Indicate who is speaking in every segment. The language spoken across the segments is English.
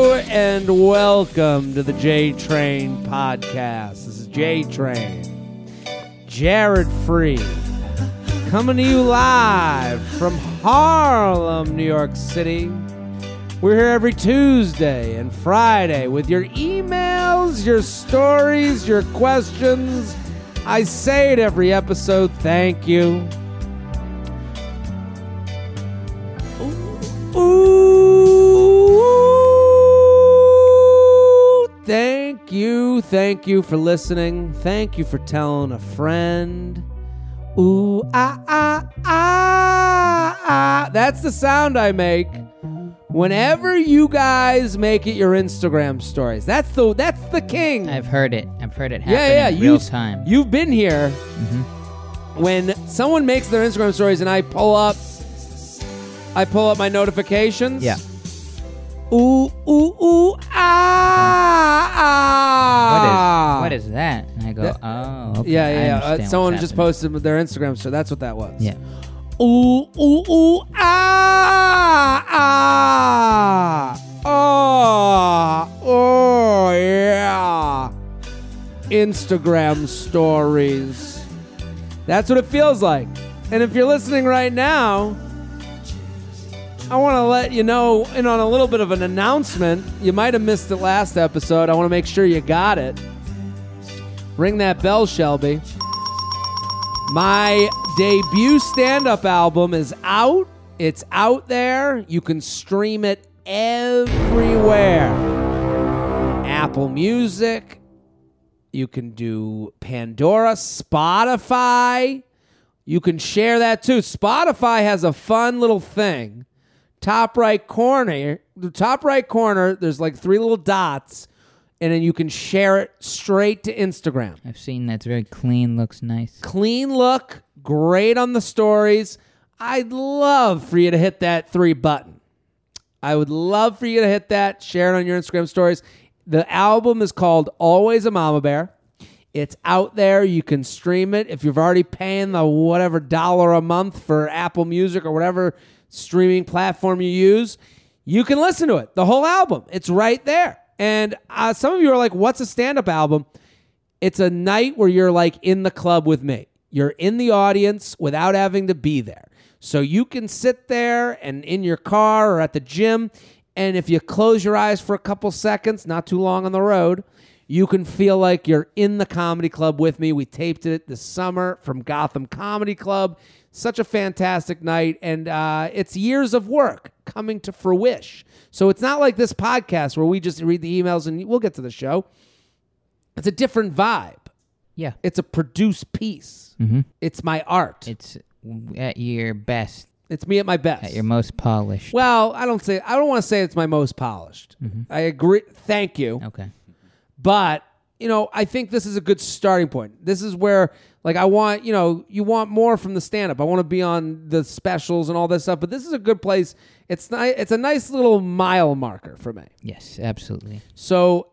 Speaker 1: and welcome to the J Train podcast. This is J Train, Jared Free, coming to you live from Harlem, New York City. We're here every Tuesday and Friday with your emails, your stories, your questions. I say it every episode. Thank you. Ooh, thank you, thank you for listening. Thank you for telling a friend. Ooh, ah, ah, ah, ah. That's the sound I make whenever you guys make it your Instagram stories. That's the that's the king.
Speaker 2: I've heard it. I've heard it happen
Speaker 1: yeah, yeah.
Speaker 2: in
Speaker 1: You,
Speaker 2: real time. Mm-hmm.
Speaker 1: You've been here when someone makes their Instagram stories, and I pull up, I pull up my notifications.
Speaker 2: yeah.
Speaker 1: Ooh, ooh, ooh, ah,
Speaker 2: What is,
Speaker 1: ah.
Speaker 2: what is that? And I go,
Speaker 1: That-
Speaker 2: oh, okay.
Speaker 1: Yeah,
Speaker 2: I
Speaker 1: yeah. yeah.
Speaker 2: understand
Speaker 1: Uh,
Speaker 2: what's
Speaker 1: someone just
Speaker 2: happening.
Speaker 1: posted with their Instagram, so that's what that was.
Speaker 2: Yeah.
Speaker 1: Ooh, ooh, ooh, ah, ah, oh, oh, yeah. Instagram stories. That's what it feels like. And if you're listening right now, I want to let you know in on a little bit of an announcement. You might have missed it last episode. I want to make sure you got it. Ring that bell, Shelby. My debut stand up album is out. It's out there. You can stream it everywhere Apple Music. You can do Pandora, Spotify. You can share that too. Spotify has a fun little thing. Top right corner, the top right corner, there's like three little dots, and then you can share it straight to Instagram
Speaker 2: I've seen that's very clean, looks nice.
Speaker 1: clean look, great on the stories. I'd love for you to hit that three button. I would love for you to hit that, share it on your Instagram stories. The album is called Always a Mama Bear. It's out there. You can stream it. If you've already paying the whatever dollar a month for Apple Music or whatever streaming platform you use, you can listen to it. The whole album, it's right there. And uh, some of you are like, what's a stand up album? it's a night where you're like in the club with me. You're in the audience without having to be there. So you can sit there and in your car or at the gym. And if you close your eyes for a couple seconds, not too long on the road, you can feel like you're in the comedy club with me. We taped it this summer from Gotham Comedy Club. Such a fantastic night. And uh, it's years of work coming to fruition. So it's not like this podcast where we just read the emails and we'll get to the show. It's a different vibe.
Speaker 2: Yeah.
Speaker 1: It's a produced piece.
Speaker 2: Mhm.
Speaker 1: It's my art.
Speaker 2: It's w- at your best,
Speaker 1: it's me at my best.
Speaker 2: at your most polished.
Speaker 1: well, I don't say I don't want to say it's my most polished.
Speaker 2: Mm-hmm.
Speaker 1: I agree. Thank you.
Speaker 2: okay.
Speaker 1: But, you know, I think this is a good starting point. This is where like I want, you know, you want more from the stand up. I want to be on the specials and all this stuff, but this is a good place. It's ni- it's a nice little mile marker for me.
Speaker 2: Yes, absolutely.
Speaker 1: So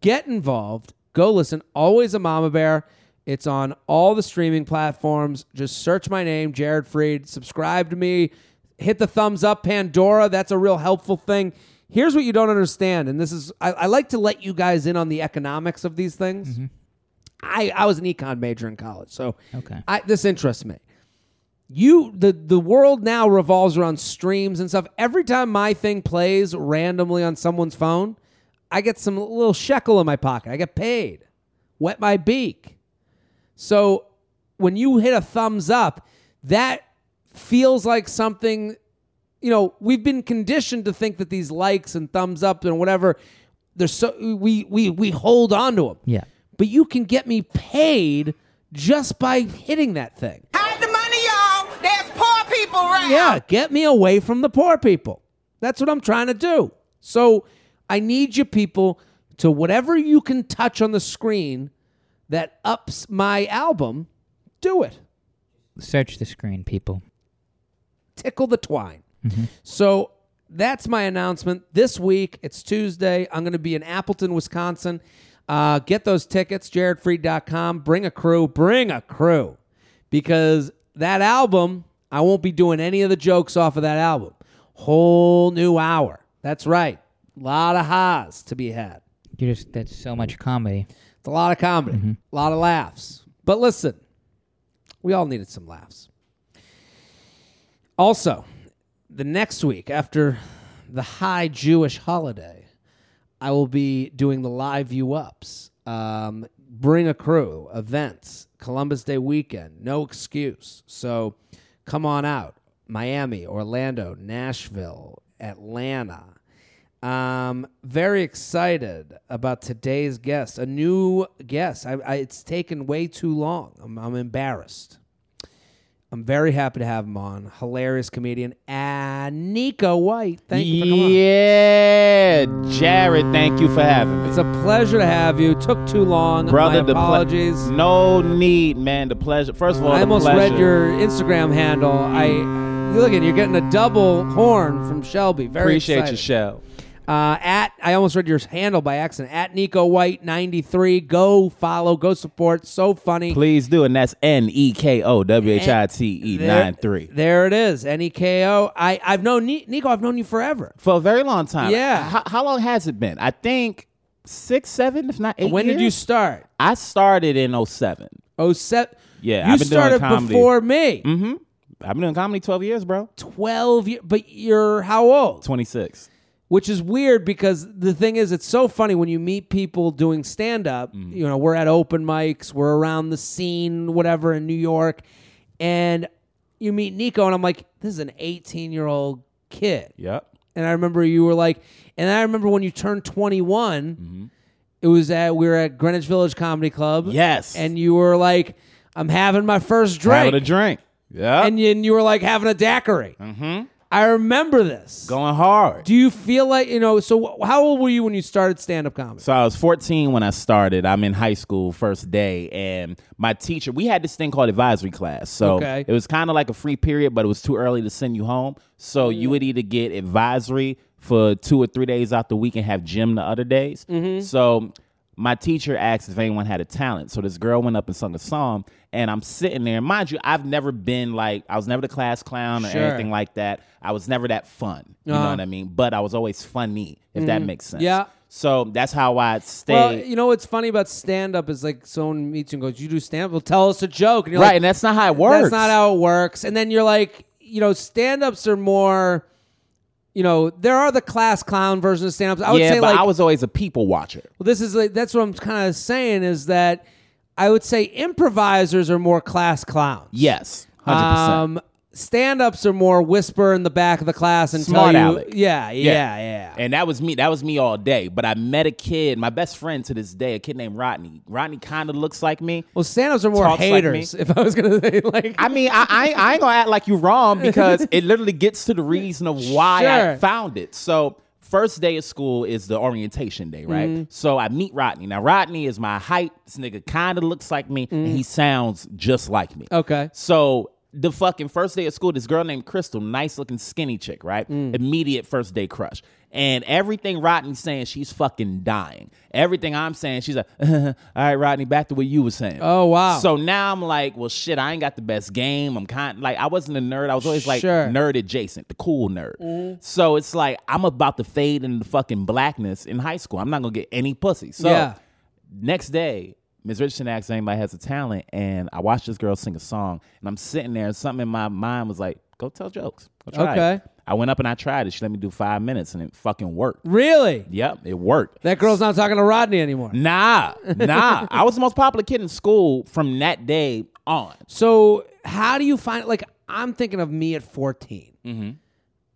Speaker 1: get involved. Go listen. Always a Mama Bear. It's on all the streaming platforms. Just search my name, Jared Freed. Subscribe to me. Hit the thumbs up, Pandora. That's a real helpful thing. Here's what you don't understand, and this is I, I like to let you guys in on the economics of these things. I, I was an econ major in college, so
Speaker 2: Okay.
Speaker 1: I, this interests me. You the the world now revolves around streams and stuff. Every time my thing plays randomly on someone's phone, I get some little shekel in my pocket. I get paid. Wet my beak. So when you hit a thumbs up, that feels like something you know, we've been conditioned to think that these likes and thumbs up and whatever, they're so we we we hold on to them
Speaker 2: Yeah.
Speaker 1: but you can get me paid just by hitting that thing.
Speaker 3: Hide the money, y'all. There's poor people around.
Speaker 1: Yeah, get me away from the poor people. That's what I'm trying to do. So I need you people to whatever you can touch on the screen that ups my album, do it.
Speaker 2: Search the screen, people.
Speaker 1: tickle the twine. So that's my announcement this week. It's Tuesday. I'm going to be in Appleton, Wisconsin. Uh, get those tickets, jaredfreed.com. Bring a crew. Bring a crew. Because that album, I won't be doing any of the jokes off of that album. Whole new hour. That's right. A lot of highs to be had.
Speaker 2: You just that's so much comedy.
Speaker 1: It's a lot of comedy, a lot of laughs. But listen, we all needed some laughs. Also, the next week after the high Jewish holiday, I will be doing the live view ups. Um, bring a crew, events, Columbus Day weekend, no excuse. So come on out. Miami, Orlando, Nashville, Atlanta. Um, very excited about today's guest, a new guest. I, I, it's taken way too long. I'm, I'm embarrassed. I'm very happy to have him on. Hilarious comedian, uh, Nico White. Thank you for coming on.
Speaker 4: yeah, Jared, thank you for having me.
Speaker 1: It's a pleasure to have you. Took too long.
Speaker 4: Brother,
Speaker 1: My
Speaker 4: the ple-
Speaker 1: apologies.
Speaker 4: no need, man. The pleasure. First of all,
Speaker 1: I
Speaker 4: the
Speaker 1: almost
Speaker 4: pleasure.
Speaker 1: read your Instagram handle. I you look at you're getting a double horn from Shelby. Very
Speaker 4: Appreciate
Speaker 1: excited.
Speaker 4: your show.
Speaker 1: Uh, at I almost read your handle by accident. At Nico White ninety three. Go follow. Go support. So funny.
Speaker 4: Please do, and that's N E K O W H I T E
Speaker 1: There-
Speaker 4: nine three.
Speaker 1: There it is. N e k o. I I've known Ni- Nico. I've known you forever.
Speaker 4: For a very long time.
Speaker 1: Yeah.
Speaker 4: How, how long has it been? I think six, seven, if not eight.
Speaker 1: When did you
Speaker 4: years?
Speaker 1: start?
Speaker 4: I started in 07.
Speaker 1: Oh seven.
Speaker 4: Yeah,
Speaker 1: you
Speaker 4: I've been doing
Speaker 1: started
Speaker 4: comedy. Mm-hmm.
Speaker 1: before me.
Speaker 4: I've been doing comedy twelve years, bro.
Speaker 1: Twelve years, but you're how old?
Speaker 4: Twenty six.
Speaker 1: which is weird because the thing is it's so funny when you meet people doing stand up
Speaker 4: Mm-hmm.
Speaker 1: you know we're at open mics we're around the scene whatever in new york and you meet nico and i'm like this is an 18 year old kid
Speaker 4: Yep.
Speaker 1: and i remember you were like and i remember when you turned 21
Speaker 4: Mm-hmm.
Speaker 1: it was at we were at greenwich village comedy club
Speaker 4: Yes.
Speaker 1: and you were like i'm having my first drink
Speaker 4: Having a drink. Yeah.
Speaker 1: and, you, and you were like having a daiquiri mm-hmm. i remember this
Speaker 4: going hard.
Speaker 1: do you feel like you know? So wh- how old were you when you started stand up comedy?
Speaker 4: So I was 14 when I started. I'm in high school first day, and my teacher. We had this thing called advisory class. So
Speaker 1: Okay.
Speaker 4: it was kind of like a free period, but it was too early to send you home. So you would either get advisory for two or three days out the week and have gym the other days.
Speaker 1: Mm-hmm.
Speaker 4: So my teacher asked if anyone had a talent. So this girl went up and sung a song, and I'm sitting there. And mind you, I've never been like I was never the class clown or
Speaker 1: Sure.
Speaker 4: anything like that. I was never that fun. You
Speaker 1: Uh-huh. Mm-hmm.
Speaker 4: know what I mean? But I was always funny, if that makes sense.
Speaker 1: Yeah.
Speaker 4: So that's how I stay.
Speaker 1: Well, you know what's funny about stand up is like someone meets you and goes, "You do stand up? Well, tell us a joke." And you're
Speaker 4: right,
Speaker 1: like,
Speaker 4: and that's not how it works.
Speaker 1: "That's not how it works." And then you're like, you know, stand ups are more, you know, there are the class clown version of stand ups. I would
Speaker 4: yeah,
Speaker 1: say
Speaker 4: but
Speaker 1: like
Speaker 4: I was always a people watcher.
Speaker 1: Well, this is like that's what I'm kind of saying is that I would say improvisers are more class clowns.
Speaker 4: Yes, hundred percent.
Speaker 1: Um, stand ups are more whisper in the back of the class and
Speaker 4: Smart
Speaker 1: tell you,
Speaker 4: aleck.
Speaker 1: yeah, yeah, yeah.
Speaker 4: And that was me. That was me all day. But I met a kid, my best friend to this day, a kid named Rodney. Rodney kind of looks like me.
Speaker 1: Well, stand-ups are more
Speaker 4: Talks like
Speaker 1: haters. if I was gonna say like,
Speaker 4: I mean, I, I, I ain't gonna act like you wrong because it literally gets to the reason of why
Speaker 1: Sure.
Speaker 4: I found it. So first day of school is the orientation day, right?
Speaker 1: Mm-hmm.
Speaker 4: So I meet Rodney. Now Rodney is my height. This nigga kind of looks like me, and he sounds just like me.
Speaker 1: Mm-hmm. okay,
Speaker 4: So the fucking first day of school, this girl named Crystal, nice looking skinny chick, right?
Speaker 1: Mm.
Speaker 4: Immediate first day crush. And everything Rodney's saying, she's fucking dying. Everything I'm saying, she's like, all right, Rodney, back to what you were saying.
Speaker 1: Oh, wow.
Speaker 4: So now I'm like, well, shit, I ain't got the best game. I'm kind like, I wasn't a nerd. I was always like
Speaker 1: Sure. Mm-hmm.
Speaker 4: nerd adjacent, the cool nerd. So it's like, I'm about to fade into fucking blackness in high school. I'm not gonna get any pussy. So
Speaker 1: Yeah.
Speaker 4: next day, Ms. Richardson asked if anybody has a talent, and I watched this girl sing a song, and I'm sitting there, and something in my mind was like, "Go tell jokes." Go try it."
Speaker 1: Okay.
Speaker 4: I went up and I tried it. She let me do five minutes, and it fucking worked.
Speaker 1: really?
Speaker 4: Yep, it worked.
Speaker 1: That girl's not talking to Rodney anymore.
Speaker 4: Nah, nah. I was the most popular kid in school from that day on.
Speaker 1: So how do you find? Like, I'm thinking of me at 14.
Speaker 4: Mm-hmm.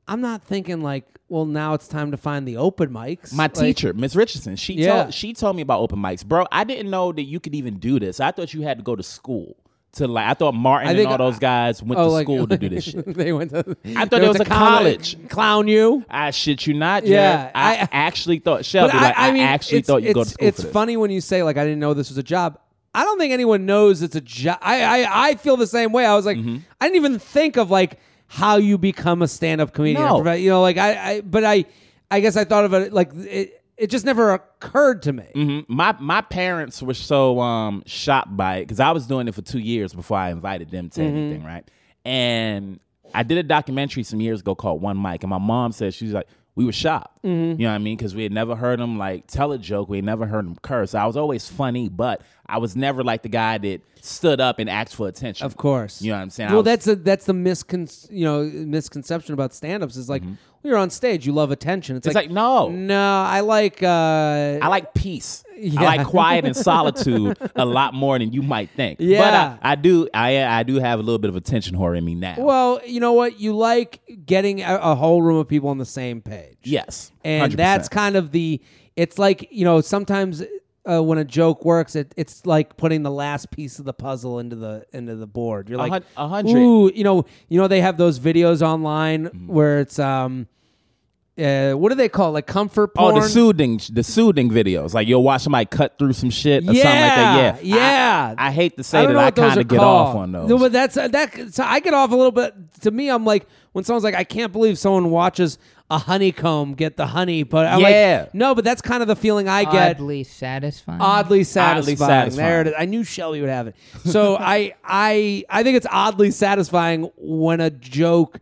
Speaker 1: I'm not thinking like, well, now it's time to find the open mics.
Speaker 4: My
Speaker 1: Like,
Speaker 4: teacher, Miss Richardson, she
Speaker 1: Yeah.
Speaker 4: told she told me about open mics, bro. I didn't know that you could even do this. I thought you had to go to school to like. I thought Martin
Speaker 1: I think
Speaker 4: and all those guys went
Speaker 1: oh,
Speaker 4: to
Speaker 1: like-
Speaker 4: school to do this shit.
Speaker 1: they went. To,
Speaker 4: I thought
Speaker 1: they
Speaker 4: it
Speaker 1: went
Speaker 4: was
Speaker 1: to
Speaker 4: a college.
Speaker 1: Clown you.
Speaker 4: I shit you not,
Speaker 1: Yeah,
Speaker 4: Jared. I,
Speaker 1: I-
Speaker 4: actually thought Shelby. like, I, actually
Speaker 1: it's-
Speaker 4: thought you go to
Speaker 1: it's-
Speaker 4: school
Speaker 1: It's
Speaker 4: for this.
Speaker 1: funny when you say like, I didn't know this was a job. I don't think anyone knows it's a job. I, I I feel the same way. I was like,
Speaker 4: Mm-hmm.
Speaker 1: I didn't even think of like how you become a stand up comedian.
Speaker 4: No.
Speaker 1: You know, like I, I but I I guess I thought of it like it. It just never occurred to me.
Speaker 4: Mhm. My my parents were so um shocked by it because I was doing it for two years before I invited them to
Speaker 1: Mm-hmm.
Speaker 4: anything, right? And I did a documentary some years ago called One Mic, and my mom said she's like, we were shocked.
Speaker 1: Mm-hmm.
Speaker 4: You know what I mean? Because we had never heard him like tell a joke. We had never heard him curse. I was always funny, but I was never like the guy that stood up and asked for attention.
Speaker 1: Of course.
Speaker 4: You know what I'm saying? I
Speaker 1: Well,
Speaker 4: was-
Speaker 1: that's a that's the miscon you know misconception about stand-ups is like well, you're on stage, you love attention. It's,
Speaker 4: Mm-hmm. It's like, no.
Speaker 1: no, I like uh,
Speaker 4: I like peace.
Speaker 1: Yeah.
Speaker 4: I like quiet and solitude a lot more than you might think.
Speaker 1: Yeah.
Speaker 4: But I, I do I I do have a little bit of attention whore in me now.
Speaker 1: well, you know what? You like getting a, a whole room of people on the same page.
Speaker 4: yes.
Speaker 1: and that's
Speaker 4: 100%.
Speaker 1: kind of the it's like you know sometimes uh, when a joke works it, it's like putting the last piece of the puzzle into the into the board you're
Speaker 4: A
Speaker 1: like
Speaker 4: hun- a hundred. Mm-hmm.
Speaker 1: ooh you know you know they have those videos online where it's um uh, what do they call it? like comfort
Speaker 4: Oh,
Speaker 1: porn
Speaker 4: the soothing, the soothing videos. Like you'll watch somebody cut through some shit or something like that.
Speaker 1: Yeah,
Speaker 4: Yeah,
Speaker 1: yeah.
Speaker 4: I, I hate to say
Speaker 1: I don't
Speaker 4: that
Speaker 1: know
Speaker 4: I
Speaker 1: what those
Speaker 4: kind
Speaker 1: are
Speaker 4: of get off
Speaker 1: called.
Speaker 4: on those.
Speaker 1: No, but that's uh, that. So I get off a little bit. To me, I'm like when someone's like, I can't believe someone watches a honeycomb get the honey, but I'm
Speaker 4: Yeah.
Speaker 1: like, no, but that's kind of the feeling I get.
Speaker 2: Oddly satisfying.
Speaker 1: oddly satisfying.
Speaker 4: satisfying.
Speaker 1: There it is. I knew Shelby would have it. So I I I think it's oddly satisfying when a joke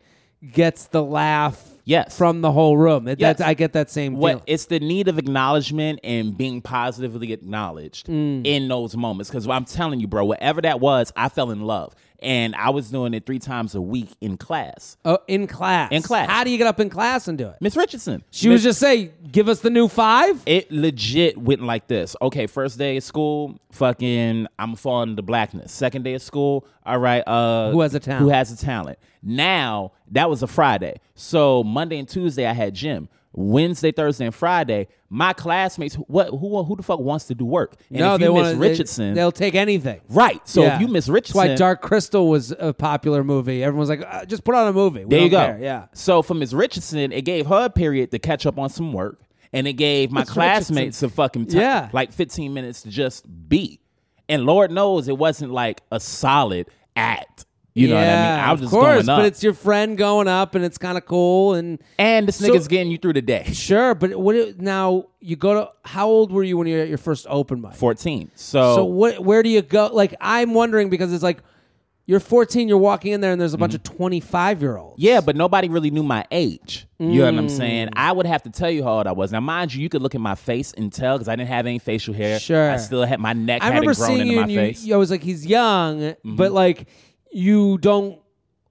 Speaker 1: gets the laugh
Speaker 4: Yes.
Speaker 1: from the whole room. It,
Speaker 4: Yes.
Speaker 1: that's, I get that same
Speaker 4: what
Speaker 1: feeling.
Speaker 4: it's the need of acknowledgement and being positively acknowledged
Speaker 1: Mm.
Speaker 4: in those moments. Because I'm telling you, bro, whatever that was, I fell in love, and I was doing it three times a week in class.
Speaker 1: Oh, in class.
Speaker 4: In class.
Speaker 1: How do you get up in class and do it?
Speaker 4: Miss Richardson,
Speaker 1: She was just say, give us the new five.
Speaker 4: it legit went like this. Okay, first day of school, fucking I'm falling into blackness. Second day of school, all right, uh
Speaker 1: Who has a talent?
Speaker 4: Who has a talent. Now, that was a Friday. So Monday and Tuesday I had gym. Wednesday, Thursday, and Friday, my classmates, what who who the fuck wants to do work? And
Speaker 1: no,
Speaker 4: if
Speaker 1: they
Speaker 4: you
Speaker 1: want
Speaker 4: miss Richardson,
Speaker 1: They, will take anything.
Speaker 4: right. So
Speaker 1: Yeah.
Speaker 4: if you miss
Speaker 1: That's
Speaker 4: Richardson,
Speaker 1: why Dark Crystal was a popular movie. Everyone's like, uh, just put on a movie. We
Speaker 4: There you go.
Speaker 1: don't care. Yeah.
Speaker 4: So for Ms. Richardson, it gave her a period to catch up on some work, and it gave my classmates some fucking time,
Speaker 1: Yeah.
Speaker 4: like 15 minutes to just be. And Lord knows it wasn't like a solid act. You know what I mean? I was
Speaker 1: of
Speaker 4: just
Speaker 1: course,
Speaker 4: going up.
Speaker 1: but it's your friend going up, and it's kind of cool. And
Speaker 4: and this
Speaker 1: So-
Speaker 4: nigga's getting you through the day.
Speaker 1: sure, but what it- now? You go to how old were you when you were at your first open mic?
Speaker 4: 14. So,
Speaker 1: So what? Where do you go? Like I'm wondering because it's like you're 14, you're walking in there, and there's a bunch of 25 year olds.
Speaker 4: Mm-hmm. yeah, but nobody really knew my age. You know what I'm saying?
Speaker 1: Mm.
Speaker 4: I would have to tell you how old I was. Now, mind you, you could look at my face and tell because I didn't have any facial hair.
Speaker 1: Sure.
Speaker 4: I still had my neck
Speaker 1: I
Speaker 4: hadn't
Speaker 1: remember
Speaker 4: grown
Speaker 1: seeing
Speaker 4: into
Speaker 1: you,
Speaker 4: my
Speaker 1: and you,
Speaker 4: face. Mm-hmm.
Speaker 1: you- I was like, he's young, but like you don't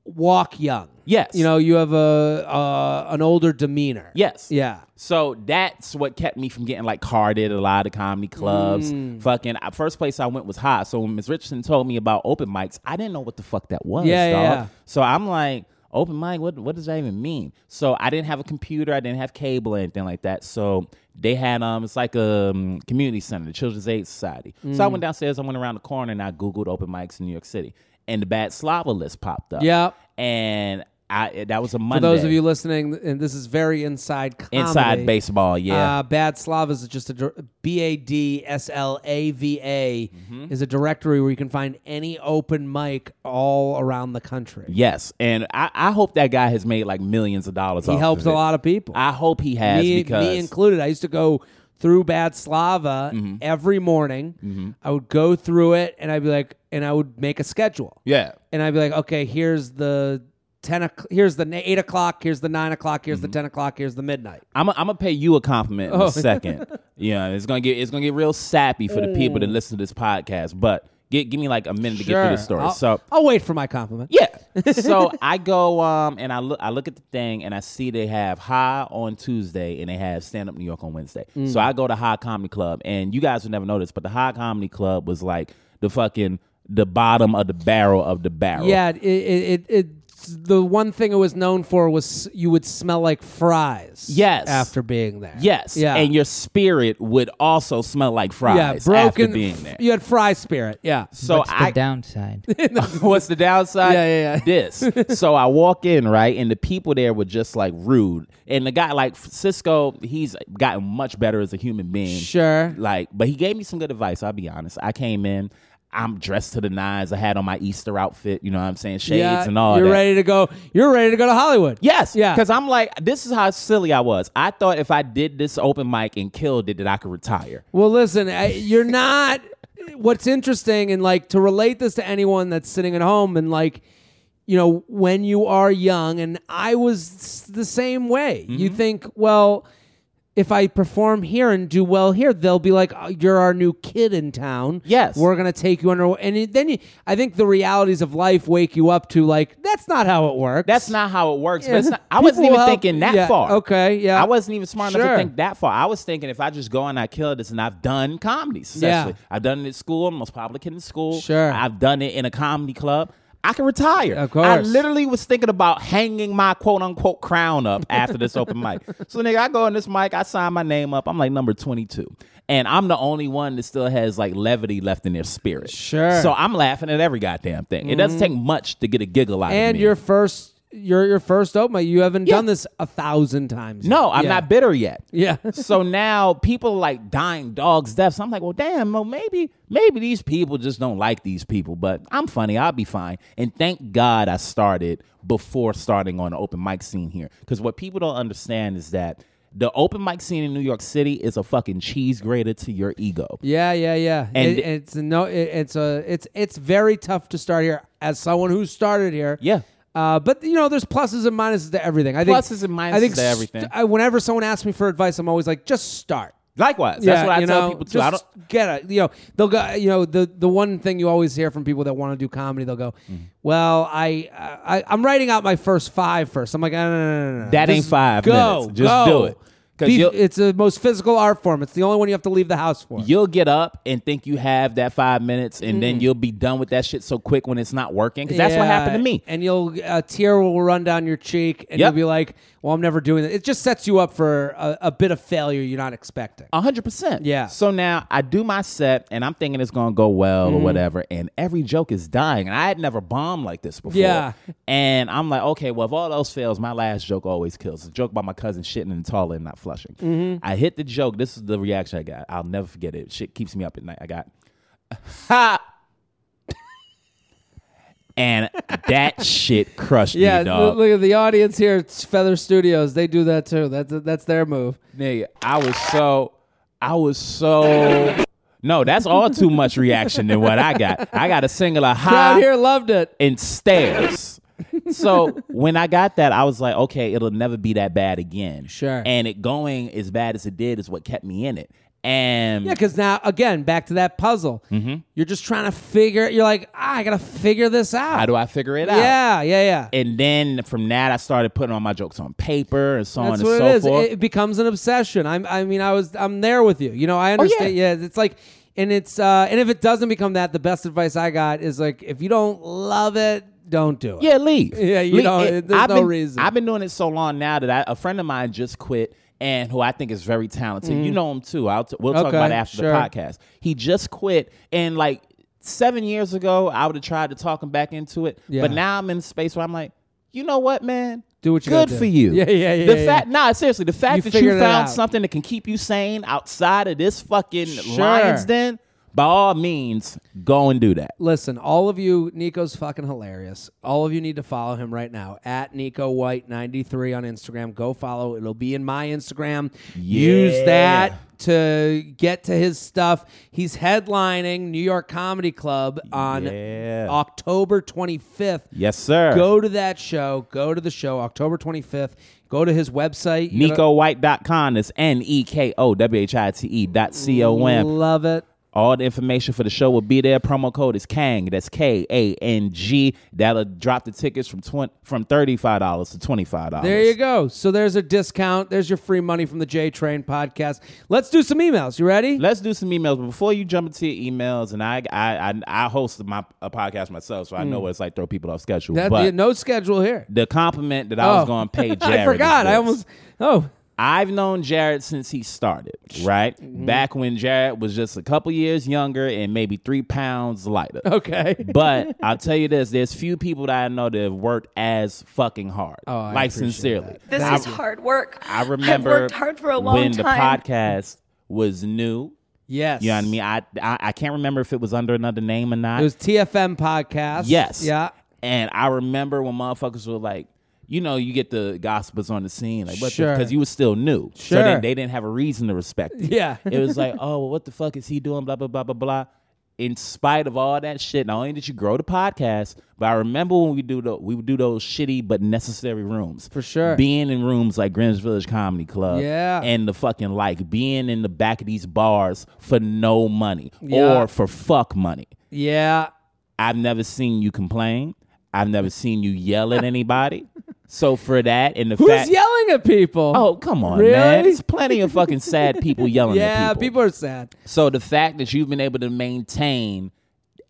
Speaker 1: walk young.
Speaker 4: Yes.
Speaker 1: you know, you have a uh, an older demeanor.
Speaker 4: Yes.
Speaker 1: yeah.
Speaker 4: So that's what kept me from getting like carded at a lot of comedy clubs.
Speaker 1: Mm.
Speaker 4: Fucking I- first place I went was hot. So when Ms. Richardson told me about open mics, I didn't know what the fuck that was,
Speaker 1: Yeah,
Speaker 4: dog.
Speaker 1: yeah, yeah.
Speaker 4: So I'm like, open mic, what what does that even mean? So I didn't have a computer, I didn't have cable or anything like that. So they had um it's like a um, community center, the Children's Aid Society. So I
Speaker 1: Mm.
Speaker 4: went downstairs, I went around the corner and I Googled open mics in New York City. And the bad slava list popped up.
Speaker 1: Yep.
Speaker 4: And I that was a
Speaker 1: For
Speaker 4: Monday.
Speaker 1: those of you listening, and this is very inside comedy.
Speaker 4: inside baseball, yeah.
Speaker 1: Uh, Bad Slava is just a B A D S L A V A
Speaker 4: Mm-hmm.
Speaker 1: is a directory where you can find any open mic all around the country.
Speaker 4: Yes, and I, I hope that guy has made like millions of dollars.
Speaker 1: He
Speaker 4: off
Speaker 1: helps
Speaker 4: of
Speaker 1: a
Speaker 4: it.
Speaker 1: lot of people.
Speaker 4: I hope he has
Speaker 1: me,
Speaker 4: because Mm-hmm.
Speaker 1: me included. I used to go through Bad Slava every morning. I would go through it, and I'd be like, and I would make a schedule.
Speaker 4: yeah,
Speaker 1: and I'd be like, okay, here's the ten, o'clock, here's the na- eight o'clock, here's the nine o'clock, here's
Speaker 4: Mm-hmm.
Speaker 1: the ten o'clock, here's the midnight.
Speaker 4: I'm i I'm gonna pay you a compliment
Speaker 1: Oh.
Speaker 4: in a second. yeah, it's gonna get it's gonna get real sappy for the people that
Speaker 1: Mm.
Speaker 4: listen to this podcast. But get, give me like a minute to get through the story.
Speaker 1: I'll,
Speaker 4: so
Speaker 1: I'll wait for my compliment.
Speaker 4: Yeah. so I go um and I look I look at the thing and I see they have High on Tuesday and they have Stand Up New York on Wednesday.
Speaker 1: Mm.
Speaker 4: So I go to High Comedy Club and you guys would never know this, but the High Comedy Club was like the fucking the bottom of the barrel of the barrel.
Speaker 1: Yeah, it, it, it, it the one thing it was known for was you would smell like fries.
Speaker 4: Yes.
Speaker 1: after being there.
Speaker 4: Yes.
Speaker 1: yeah,
Speaker 4: And your spirit would also smell like fries
Speaker 1: yeah, broken.
Speaker 4: after being there.
Speaker 1: You had fry spirit. Yeah,
Speaker 4: So
Speaker 2: What's the
Speaker 4: I
Speaker 2: downside?
Speaker 4: What's the downside?
Speaker 1: Yeah, yeah, yeah.
Speaker 4: This. So I walk in, right, and the people there were just like rude. And the guy, like Cisco, he's gotten much better as a human being.
Speaker 1: Sure.
Speaker 4: Like, but he gave me some good advice. I'll be honest. I came in. I'm dressed to the nines. I had on my Easter outfit. You know what I'm saying? Shades
Speaker 1: yeah.
Speaker 4: and all
Speaker 1: you're
Speaker 4: that.
Speaker 1: ready to go. You're ready to go to Hollywood.
Speaker 4: Yes.
Speaker 1: Yeah.
Speaker 4: Because I'm like, this is how silly I was. I thought if I did this open mic and killed it, that I could retire.
Speaker 1: Well, listen, I, you're not. What's interesting, and like to relate this to anyone that's sitting at home, and like you know, when you are young, and I was s- the same way. You
Speaker 4: Mm-hmm.
Speaker 1: think, well, if I perform here and do well here, they'll be like, oh, "You're our new kid in town."
Speaker 4: Yes.
Speaker 1: we're gonna take you under. And it- then you, I think the realities of life wake you up to like that's not how it works.
Speaker 4: That's not how it works.
Speaker 1: Yeah.
Speaker 4: But it's not, I wasn't
Speaker 1: People
Speaker 4: even
Speaker 1: help-
Speaker 4: thinking that
Speaker 1: yeah,
Speaker 4: far.
Speaker 1: okay, yeah.
Speaker 4: I wasn't even smart enough
Speaker 1: Sure.
Speaker 4: to think that far. I was thinking if I just go and I kill this, and I've done comedy successfully.
Speaker 1: Yeah.
Speaker 4: I've done it at school. I'm the most popular kid in school.
Speaker 1: Sure.
Speaker 4: I've done it in a comedy club. I can retire.
Speaker 1: Of course.
Speaker 4: I literally was thinking about hanging my quote unquote crown up after this open mic. So nigga, I go on this mic, I sign my name up. I'm like number 22. And I'm the only one that still has like levity left in their spirit.
Speaker 1: Sure. Mm-hmm.
Speaker 4: So I'm laughing at every goddamn thing. It doesn't take much to get a giggle out of
Speaker 1: and
Speaker 4: me.
Speaker 1: your first your your first open mic, you haven't
Speaker 4: Yeah.
Speaker 1: done this a thousand times.
Speaker 4: No,
Speaker 1: yet.
Speaker 4: I'm
Speaker 1: Yeah.
Speaker 4: not bitter yet.
Speaker 1: Yeah.
Speaker 4: so now people are like dying dogs deaths. I'm like, well, damn, well, maybe maybe these people just don't like these people, but I'm funny. I'll be fine. And thank God I started before starting on the open mic scene here, because what people don't understand is that the open mic scene in New York City is a fucking cheese grater to your ego.
Speaker 1: Yeah, yeah, yeah.
Speaker 4: And-
Speaker 1: It- it's a no, it- it's a, it's it's very tough to start here as someone who started here.
Speaker 4: Yeah.
Speaker 1: Uh, but you know, there's pluses and minuses to everything. I think
Speaker 4: Pluses and minuses
Speaker 1: I think
Speaker 4: to everything.
Speaker 1: I, whenever someone asks me for advice, I'm always like, just start.
Speaker 4: Likewise,
Speaker 1: yeah,
Speaker 4: that's what I
Speaker 1: you
Speaker 4: tell
Speaker 1: know,
Speaker 4: people too.
Speaker 1: Just
Speaker 4: I don't,
Speaker 1: get it. You know, they'll go. You know, the the one thing you always hear from people that want to do comedy, they'll go,
Speaker 4: Mm-hmm.
Speaker 1: "Well, I, I I'm writing out my first five first. I'm like, no, no, no, no, no.
Speaker 4: That
Speaker 1: Just
Speaker 4: ain't five
Speaker 1: Go,
Speaker 4: minutes. Just
Speaker 1: go.
Speaker 4: do it. 'Cause
Speaker 1: Be-
Speaker 4: you'll-
Speaker 1: it's the most physical art form. It's the only one you have to leave the house for.
Speaker 4: You'll get up and think you have that five minutes, and then you'll be done with that shit so quick when it's not working. Because that's what
Speaker 1: Yeah,
Speaker 4: happened to me.
Speaker 1: And you'll a tear will run down your cheek, and
Speaker 4: Yep.
Speaker 1: you'll be like, "Well, I'm never doing that." It just sets you up for a, a bit of failure you're not expecting.
Speaker 4: A hundred percent.
Speaker 1: Yeah.
Speaker 4: So now I do my set, and I'm thinking it's gonna go well
Speaker 1: Mm-hmm.
Speaker 4: or whatever, and every joke is dying, and I had never bombed like this before.
Speaker 1: Yeah.
Speaker 4: And I'm like, okay, well, if all else fails, my last joke always kills. The joke about my cousin shitting in the toilet and not flushing.
Speaker 1: Mm-hmm.
Speaker 4: I hit the joke. This is the reaction I got. I'll never forget it. Shit keeps me up at night. I got, ha. And that shit crushed
Speaker 1: yeah,
Speaker 4: me, dog.
Speaker 1: l- look at the audience here. It's Feather Studios. They do that too. That's that's their move.
Speaker 4: Nigga, I was so, I was so. No, that's all too much reaction than what I got. I got a singular
Speaker 1: Crowd
Speaker 4: high
Speaker 1: here loved it.
Speaker 4: and stares. So when I got that, I was like, okay, it'll never be that bad again.
Speaker 1: Sure.
Speaker 4: And it going as bad as it did is what kept me in it. And
Speaker 1: Yeah, because now again, back to that puzzle.
Speaker 4: Mm-hmm.
Speaker 1: You're just trying to figure. You're like, ah, I gotta figure this out.
Speaker 4: how do I figure it out?
Speaker 1: Yeah, yeah, yeah.
Speaker 4: And then from that, I started putting all my jokes on paper and so
Speaker 1: That's
Speaker 4: on and
Speaker 1: what
Speaker 4: so
Speaker 1: it is.
Speaker 4: forth.
Speaker 1: It becomes an obsession. I'm, I mean, I was, I'm there with you. You know,
Speaker 4: Oh,
Speaker 1: I understand. yeah. it's like, and it's, uh, and if it doesn't become that, the best advice I got is like, if you don't love it, don't do it.
Speaker 4: Yeah, leave.
Speaker 1: Yeah, you
Speaker 4: Leave.
Speaker 1: know,
Speaker 4: It-
Speaker 1: it- there's
Speaker 4: I've
Speaker 1: no
Speaker 4: been,
Speaker 1: reason.
Speaker 4: I've been doing it so long now that I, a friend of mine just quit and who I think is very talented. You know him too. I'll t- we'll talk
Speaker 1: Mm. Okay,
Speaker 4: about it after
Speaker 1: sure.
Speaker 4: the podcast. He just quit and like seven years ago, I would have tried to talk him back into it.
Speaker 1: Yeah.
Speaker 4: But now I'm in a space where I'm like, you know what, man?
Speaker 1: Do what you
Speaker 4: Good
Speaker 1: gotta do.
Speaker 4: for you.
Speaker 1: Yeah, yeah, yeah,
Speaker 4: The
Speaker 1: yeah.
Speaker 4: fact, nah, seriously, the fact
Speaker 1: You
Speaker 4: that
Speaker 1: figured
Speaker 4: you
Speaker 1: it
Speaker 4: found
Speaker 1: out.
Speaker 4: something that can keep you sane outside of this fucking
Speaker 1: Sure.
Speaker 4: lion's den, by all means, go and do that.
Speaker 1: Listen, all of you, Nico's fucking hilarious. All of you need to follow him right now at Nico White ninety three on Instagram. Go follow. It'll be in my Instagram. Use
Speaker 4: Yeah.
Speaker 1: that to get to his stuff. He's headlining New York Comedy Club on
Speaker 4: Yeah.
Speaker 1: October twenty fifth.
Speaker 4: Yes, sir.
Speaker 1: Go to that show. Go to the show October 25th. Go to his website. You're gonna
Speaker 4: NicoWhite.com. That's N E K O W H I T E dot C O M.
Speaker 1: Love it.
Speaker 4: All the information for the show will be there. Promo code is Kang. That's K A N G. That'll drop the tickets from twenty from thirty five dollars to twenty five dollars.
Speaker 1: There you go. So there's a discount. There's your free money from the J Train podcast. Let's do some emails. You ready?
Speaker 4: Let's do some emails. But before you jump into your emails, and I I I, I host my a podcast myself, so I know what it's like to throw people off schedule.
Speaker 1: Hmm. That-
Speaker 4: but
Speaker 1: no schedule here.
Speaker 4: the compliment that I was
Speaker 1: Oh.
Speaker 4: going to pay Jared.
Speaker 1: I
Speaker 4: is
Speaker 1: forgot. I
Speaker 4: this.
Speaker 1: almost. Oh,
Speaker 4: I've known Jared since he started, right?
Speaker 5: Mm-hmm.
Speaker 4: Back when Jared was just a couple years younger and maybe three pounds lighter.
Speaker 1: okay.
Speaker 4: but I'll tell you this: there's few people that I know that have worked as fucking hard. Oh,
Speaker 1: I
Speaker 4: like
Speaker 1: appreciate
Speaker 4: sincerely.
Speaker 5: This
Speaker 4: I,
Speaker 5: is hard work.
Speaker 4: I remember
Speaker 5: I've worked hard for a long
Speaker 4: when
Speaker 5: time.
Speaker 4: the podcast was new.
Speaker 1: yes.
Speaker 4: You know what I mean? I, I I can't remember if it was under another name or not.
Speaker 1: It was TFM podcast.
Speaker 4: Yes.
Speaker 1: Yeah.
Speaker 4: And I remember when motherfuckers were like, you know, you get the gossips on the scene, like, what
Speaker 1: Sure.
Speaker 4: Because you was still new.
Speaker 1: Sure.
Speaker 4: So then they didn't have a reason to respect you.
Speaker 1: Yeah.
Speaker 4: it was like, oh, well, what the fuck is he doing? Blah, blah, blah, blah, blah. in spite of all that shit, not only did you grow the podcast, but I remember when we do the we would do those shitty but necessary rooms.
Speaker 1: For sure.
Speaker 4: Being in rooms like Greenwich Village Comedy Club.
Speaker 1: Yeah.
Speaker 4: And the fucking like being in the back of these bars for no money.
Speaker 1: Yeah.
Speaker 4: Or for fuck money.
Speaker 1: Yeah.
Speaker 4: I've never seen you complain. I've never seen you yell at anybody. So for that and the
Speaker 1: Who's
Speaker 4: fact
Speaker 1: yelling at people?
Speaker 4: Oh, come on,
Speaker 1: Really?
Speaker 4: man. There's plenty of fucking sad people yelling
Speaker 1: yeah.
Speaker 4: at people.
Speaker 1: People are sad.
Speaker 4: So the fact that you've been able to maintain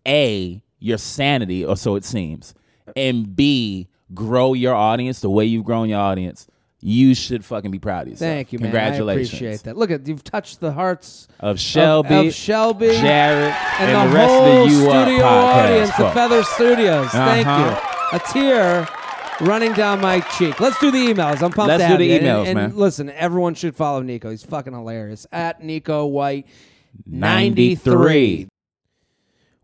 Speaker 4: A, your sanity, or so it seems, and B, grow your audience the way you've grown your audience, you should fucking be proud of yourself.
Speaker 1: Thank you, man.
Speaker 4: Congratulations.
Speaker 1: I appreciate that. Look at you've touched the hearts
Speaker 4: Of Shelby,
Speaker 1: of Shelby,
Speaker 4: Jared,
Speaker 1: and,
Speaker 4: and,
Speaker 1: the,
Speaker 4: rest
Speaker 1: whole
Speaker 4: of the you Up
Speaker 1: studio
Speaker 4: podcast
Speaker 1: audience, the
Speaker 4: folks.
Speaker 1: Feather Studios. Thank
Speaker 4: Uh-huh.
Speaker 1: you. A tear running down my cheek. Let's do the emails. I'm pumped.
Speaker 4: Let's
Speaker 1: to
Speaker 4: do
Speaker 1: have
Speaker 4: the
Speaker 1: you. And-
Speaker 4: emails,
Speaker 1: and
Speaker 4: man.
Speaker 1: Listen, everyone should follow Nico. He's fucking hilarious. At Nico White
Speaker 4: 93.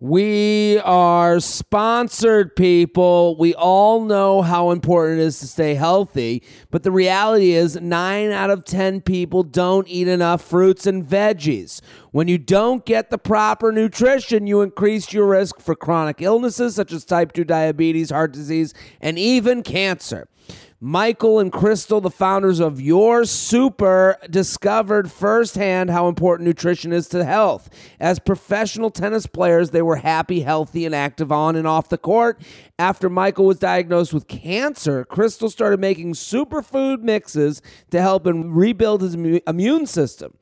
Speaker 1: We are sponsored people. We all know how important it is to stay healthy, but the reality is 9 out of 10 people don't eat enough fruits and veggies. When you don't get the proper nutrition, you increase your risk for chronic illnesses such as type 2 diabetes, heart disease, and even cancer. Michael and Crystal, the founders of Your Super, discovered firsthand how important nutrition is to health. As professional tennis players, they were happy, healthy, and active on and off the court. After Michael was diagnosed with cancer, Crystal started making superfood mixes to help him rebuild his immu- immune system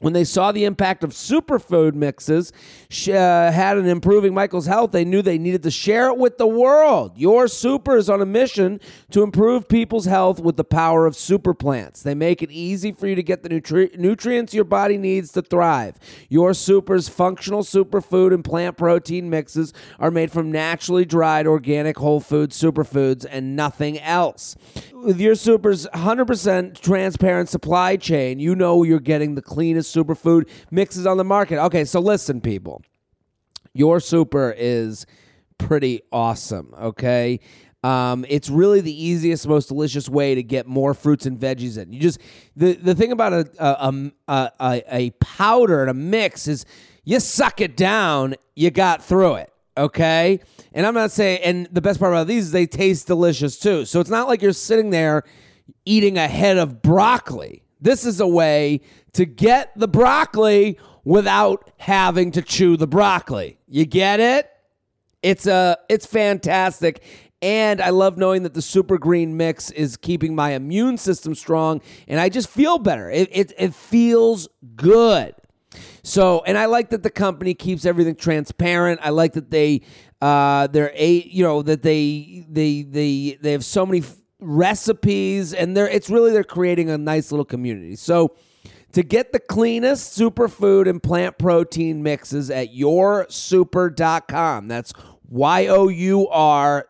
Speaker 1: when they saw the impact of superfood mixes sh- uh, had in improving Michael's health, they knew they needed to share it with the world. Your Super is on a mission to improve people's health with the power of super plants. They make it easy for you to get the nutri- nutrients your body needs to thrive. Your Super's functional superfood and plant protein mixes are made from naturally dried organic whole food superfoods and nothing else. With your super's 100% transparent supply chain, you know you're getting the cleanest superfood mixes on the market. Okay, so listen, people. Your super is pretty awesome, okay? Um, it's really the easiest, most delicious way to get more fruits and veggies in. You just the the thing about a a a, a, a powder and a mix is you suck it down, you got through it okay? And I'm not saying, and the best part about these is they taste delicious too. So it's not like you're sitting there eating a head of broccoli. This is a way to get the broccoli without having to chew the broccoli. You get it? It's a it's fantastic. And I love knowing that the super green mix is keeping my immune system strong, and I just feel better. It, it, it feels good. So, and I like that the company keeps everything transparent. I like that they, uh, they're a, you know, that they, they, they, they have so many f- recipes, and they're it's really they're creating a nice little community. So, to get the cleanest superfood and plant protein mixes at yoursuper.com. That's Y O U R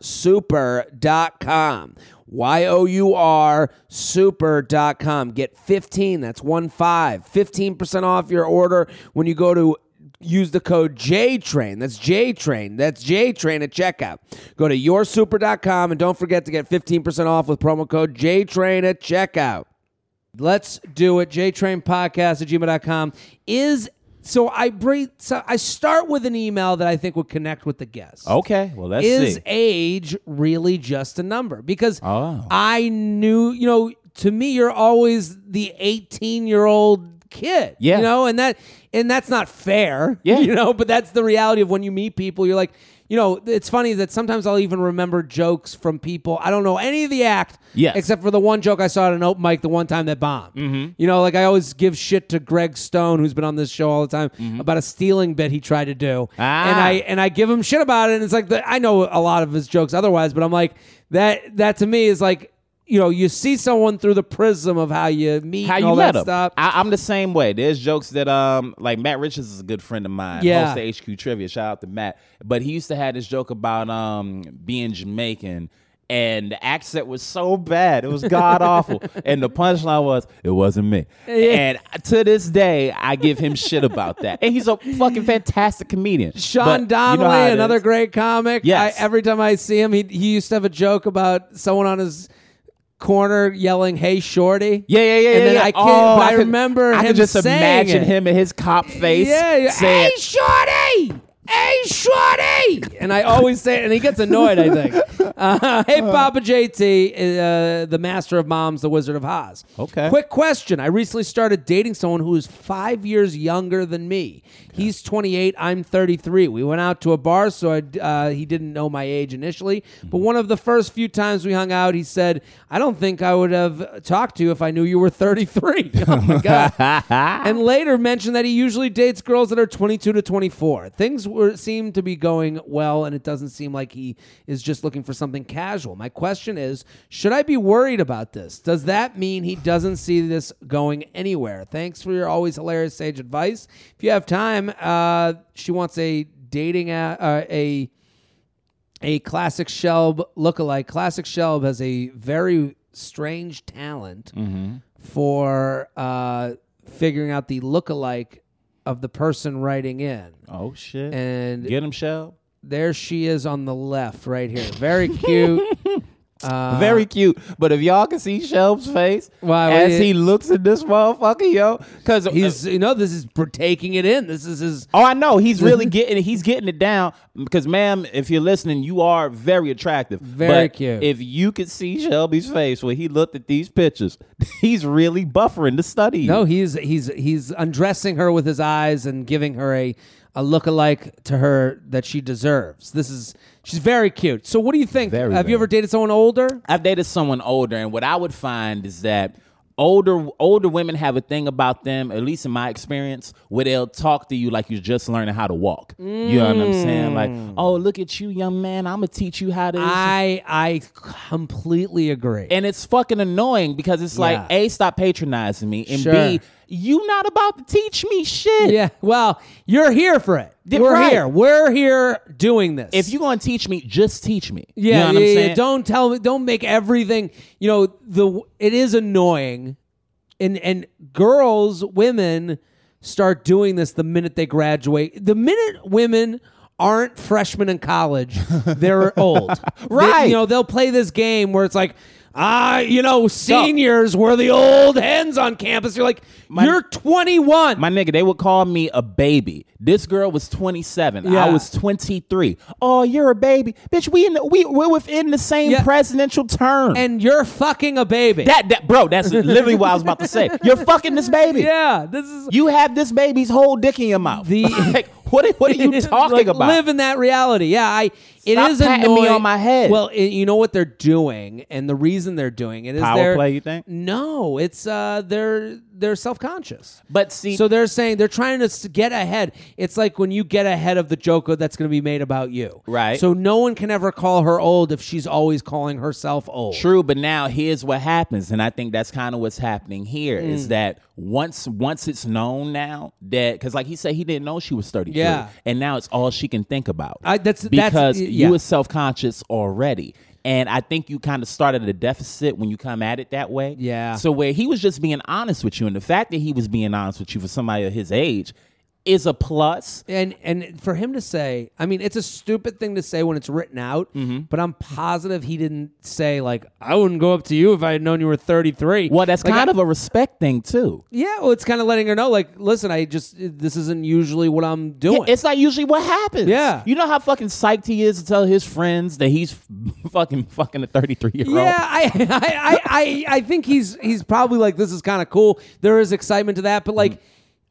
Speaker 1: super.com. Y O U R super.com. Get 15, that's 1 5, 15% off your order when you go to use the code JTRAIN. That's JTRAIN. That's JTRAIN at checkout. Go to yoursuper.com and don't forget to get 15% off with promo code JTRAIN at checkout. Let's do it. JTrainPodcast at gmail.com is so I bring so I start with an email that I think would connect with the guest.
Speaker 4: Okay, well, let's
Speaker 1: Is
Speaker 4: see.
Speaker 1: age really just a number? Because
Speaker 4: Oh.
Speaker 1: I knew, you know, to me you're always the 18-year-old kid.
Speaker 4: Yeah.
Speaker 1: You know, and that and that's not fair.
Speaker 4: Yeah.
Speaker 1: You know, but that's the reality of when you meet people, you're like, you know, it's funny that sometimes I'll even remember jokes from people. I don't know any of the act
Speaker 4: Yes. Mm-hmm.
Speaker 1: except for the one joke I saw at an open mic the one time that bombed. You know, like I always give shit to Greg Stone, who's been on this show all the time,
Speaker 4: Mm-hmm.
Speaker 1: about a stealing bit he tried to do,
Speaker 4: Ah.
Speaker 1: and I and I give him shit about it. And it's like the, I know a lot of his jokes otherwise, but I'm like that that to me is like you know you see someone through the prism of how you meet,
Speaker 4: how
Speaker 1: and
Speaker 4: you Ah,
Speaker 1: all
Speaker 4: let
Speaker 1: that
Speaker 4: 'em.
Speaker 1: stuff.
Speaker 4: I, I'm the same way. There's jokes that um like Matt Richards is a good friend of mine.
Speaker 1: Yeah.
Speaker 4: Host of HQ Trivia. Shout out to Matt. But he used to have this joke about um being Jamaican. And the accent was so bad. It was god awful. And the punchline was, it wasn't me. And to this day, I give him shit about that. And he's a fucking fantastic comedian. But
Speaker 1: Sean
Speaker 4: you know how
Speaker 1: Donnelly,
Speaker 4: it
Speaker 1: another
Speaker 4: is.
Speaker 1: great comic.
Speaker 4: Yes.
Speaker 1: I, every time I see him, he he used to have a joke about someone on his corner yelling, "Hey, shorty!"
Speaker 4: Yeah, yeah, yeah,
Speaker 1: And
Speaker 4: yeah.
Speaker 1: then
Speaker 4: yeah.
Speaker 1: I can't-
Speaker 4: oh,
Speaker 1: but I remember
Speaker 4: I
Speaker 1: him
Speaker 4: could just
Speaker 1: saying
Speaker 4: imagine
Speaker 1: it.
Speaker 4: him in his cop face.
Speaker 1: Yeah, yeah,
Speaker 4: saying,
Speaker 1: "Hey, shorty!" hey, shorty! And I always say it, and he gets annoyed, I think. Uh, hey, Papa JT, uh, the master of moms, the Wizard of Oz.
Speaker 4: Okay.
Speaker 1: Quick question. I recently started dating someone who is five years younger than me. He's 28, I'm 33. We went out to a bar, so I, uh, he didn't know my age initially. But one of the first few times we hung out, he said, I don't think I would have talked to you if I knew you were 33. Oh, my God and later mentioned that he usually dates girls that are 22 to 24. Things were seem to be going well, and it doesn't seem like he is just looking for something casual. My question is, should I be worried about this? Does that mean he doesn't see this going anywhere? Thanks for your always hilarious sage advice. If you have time, uh, she wants a dating a, uh, a a classic Shelb lookalike. Classic Shelb has a very strange talent for uh, figuring out the lookalike of the person writing in.
Speaker 4: Oh shit!
Speaker 1: And
Speaker 4: Get him, Shell.
Speaker 1: there she is on the left, right here. Very cute.
Speaker 4: Very cute. But if y'all can see Shelb's face
Speaker 1: Uh, Why,
Speaker 4: as
Speaker 1: we-
Speaker 4: he looks at this motherfucker, yo, because
Speaker 1: He's, you know, this is for taking it in. This is his.
Speaker 4: Oh, I know. He's really getting he's getting it down because, ma'am, if you're listening, you are very attractive.
Speaker 1: Very
Speaker 4: But
Speaker 1: cute.
Speaker 4: If you could see Shelby's face when he looked at these pictures, he's really buffering to study. you.
Speaker 1: No, he's he's he's undressing her with his eyes and giving her a a lookalike to her that she deserves. This is she's very cute. So what do you think?
Speaker 4: Very,
Speaker 1: Have you
Speaker 4: very.
Speaker 1: ever dated someone older?
Speaker 4: I've dated someone older, and what I would find is that older older women have a thing about them, at least in my experience, where they'll talk to you like you're just learning how to walk. You know what I'm saying? Like, oh, look at you, young man. I'm gonna teach you how to.
Speaker 1: Mm. I I completely agree.
Speaker 4: and it's fucking annoying because it's like
Speaker 1: Yeah.
Speaker 4: a stop patronizing me and
Speaker 1: Sure.
Speaker 4: b you not about to teach me shit
Speaker 1: yeah. Well, you're here for it.
Speaker 4: Yeah,
Speaker 1: We're
Speaker 4: right.
Speaker 1: here. We're here doing this.
Speaker 4: if you gonna teach me just teach me
Speaker 1: Yeah,
Speaker 4: you know what
Speaker 1: yeah,
Speaker 4: i'm
Speaker 1: yeah.
Speaker 4: saying
Speaker 1: Don't tell me. Don't make everything. You know the it is annoying, and and girls, women start doing this the minute they graduate. The minute women aren't freshmen in college, they're old. They-
Speaker 4: Right.
Speaker 1: you know they'll play this game where it's like. Ah, you know, seniors were the old hens on campus. You're like, you're 21.
Speaker 4: my nigga, they would call me a baby. This girl was 27.
Speaker 1: Yeah.
Speaker 4: I was 23. Oh, you're a baby, bitch. We in the, we we're within the same
Speaker 1: Yeah.
Speaker 4: presidential term.
Speaker 1: and you're fucking a baby.
Speaker 4: that that bro, that's literally what I was about to say. You're fucking this baby.
Speaker 1: yeah, this is
Speaker 4: You have this baby's whole dick in your mouth.
Speaker 1: The-
Speaker 4: like, what what are you talking
Speaker 1: Like,
Speaker 4: about?
Speaker 1: Live in that reality. Yeah, I. It
Speaker 4: Stop
Speaker 1: is
Speaker 4: patting me
Speaker 1: annoying.
Speaker 4: on my head.
Speaker 1: Well, i you know what they're doing, and the reason they're doing it is
Speaker 4: Power
Speaker 1: they're-
Speaker 4: play, you think?
Speaker 1: No, it's uh, they're they're self conscious.
Speaker 4: But see-
Speaker 1: so they're saying they're trying to s- get ahead. It's like when you get ahead of the joke that's going to be made about you.
Speaker 4: Right.
Speaker 1: So no one can ever call her old if she's always calling herself old.
Speaker 4: True, but now here's what happens, and I think that's kind of what's happening here is
Speaker 1: Mm.
Speaker 4: that once once it's known now that because like he said he didn't know she was thirty three,
Speaker 1: Yeah.
Speaker 4: and now it's all she can think about.
Speaker 1: I- that's- that's-
Speaker 4: because
Speaker 1: y- yeah.
Speaker 4: you were self conscious already. And I think you kind of started at a deficit when you come at it that way.
Speaker 1: Yeah.
Speaker 4: So where he was just being honest with you, and the fact that he was being honest with you for somebody of his age is a plus.
Speaker 1: And and for him to say, I mean, it's a stupid thing to say when it's written out,
Speaker 4: Mm-hmm.
Speaker 1: but I'm positive he didn't say like, I wouldn't go up to you if I had known you were 33.
Speaker 4: Well, that's
Speaker 1: Like,
Speaker 4: kind
Speaker 1: I-
Speaker 4: of a respect thing too.
Speaker 1: yeah. Well, it's kind of letting her know, like, listen, I just this isn't usually what I'm doing.
Speaker 4: Yeah, it's not usually what happens.
Speaker 1: Yeah.
Speaker 4: You know how fucking psyched he is to tell his friends that he's fucking fucking a 33 year old.
Speaker 1: Yeah, I, I, I, I, I think he's he's probably like this is kind of cool. There is excitement to that, but like,
Speaker 4: Mm-hmm.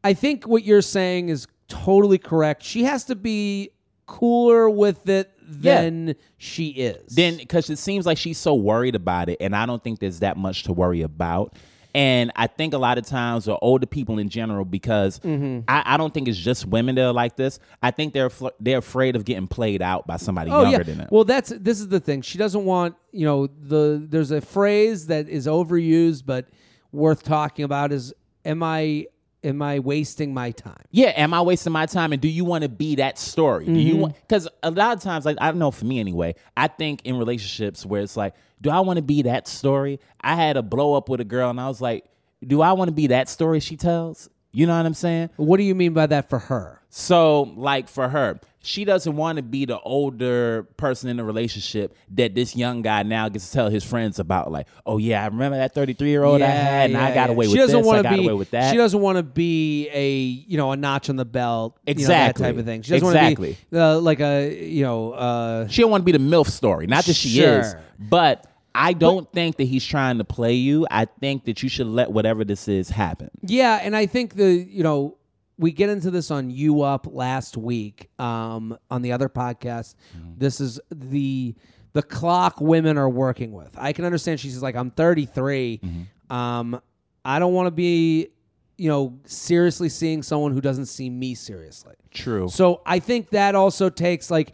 Speaker 1: I think what you're saying is totally correct. She has to be cooler with it
Speaker 4: Yeah.
Speaker 1: than she is.
Speaker 4: Then because it seems like she's so worried about it, and I don't think there's that much to worry about. And I think a lot of times, or older people in general, because
Speaker 1: Mm-hmm.
Speaker 4: I, I don't think it's just women that are like this. I think they're fl- they're afraid of getting played out by somebody
Speaker 1: Oh,
Speaker 4: younger than them.
Speaker 1: Well, that's this is the thing. She doesn't want you know the there's a phrase that is overused but worth talking about is am I am I wasting my time?
Speaker 4: yeah, am I wasting my time? And do you want to be that story? Do you
Speaker 1: Mm-hmm.
Speaker 4: want? Because a lot of times, like I don't know for me anyway, I think in relationships where it's like, do I want to be that story? I had a blow up with a girl, and I was like, do I want to be that story she tells? You know what I'm saying?
Speaker 1: What do you mean by that for her?
Speaker 4: So, like for her, she doesn't want to be the older person in the relationship that this young guy now gets to tell his friends about. Like, oh yeah, I remember Oh, that 33 year old I had, and I
Speaker 1: yeah,
Speaker 4: got
Speaker 1: yeah.
Speaker 4: away
Speaker 1: she
Speaker 4: with
Speaker 1: doesn't
Speaker 4: this,
Speaker 1: wanna
Speaker 4: I got
Speaker 1: be,
Speaker 4: away with that.
Speaker 1: She doesn't want to be a you know a notch on the belt, you know,
Speaker 4: Exactly.
Speaker 1: that type of thing. She doesn't
Speaker 4: Exactly.
Speaker 1: want to be uh, like a you know uh,
Speaker 4: She don't want to be the MILF story. Not that she
Speaker 1: Sure.
Speaker 4: is, but I don't think that he's trying to play you. I think that you should let whatever this is happen.
Speaker 1: Yeah, and I think the you know we get into this on you up last week um, on the other podcast.
Speaker 4: Mm-hmm.
Speaker 1: This is the the clock women are working with. I can understand she's like I'm 33.
Speaker 4: Mm-hmm.
Speaker 1: Um, I don't want to be you know seriously seeing someone who doesn't see me seriously.
Speaker 4: True.
Speaker 1: So I think that also takes like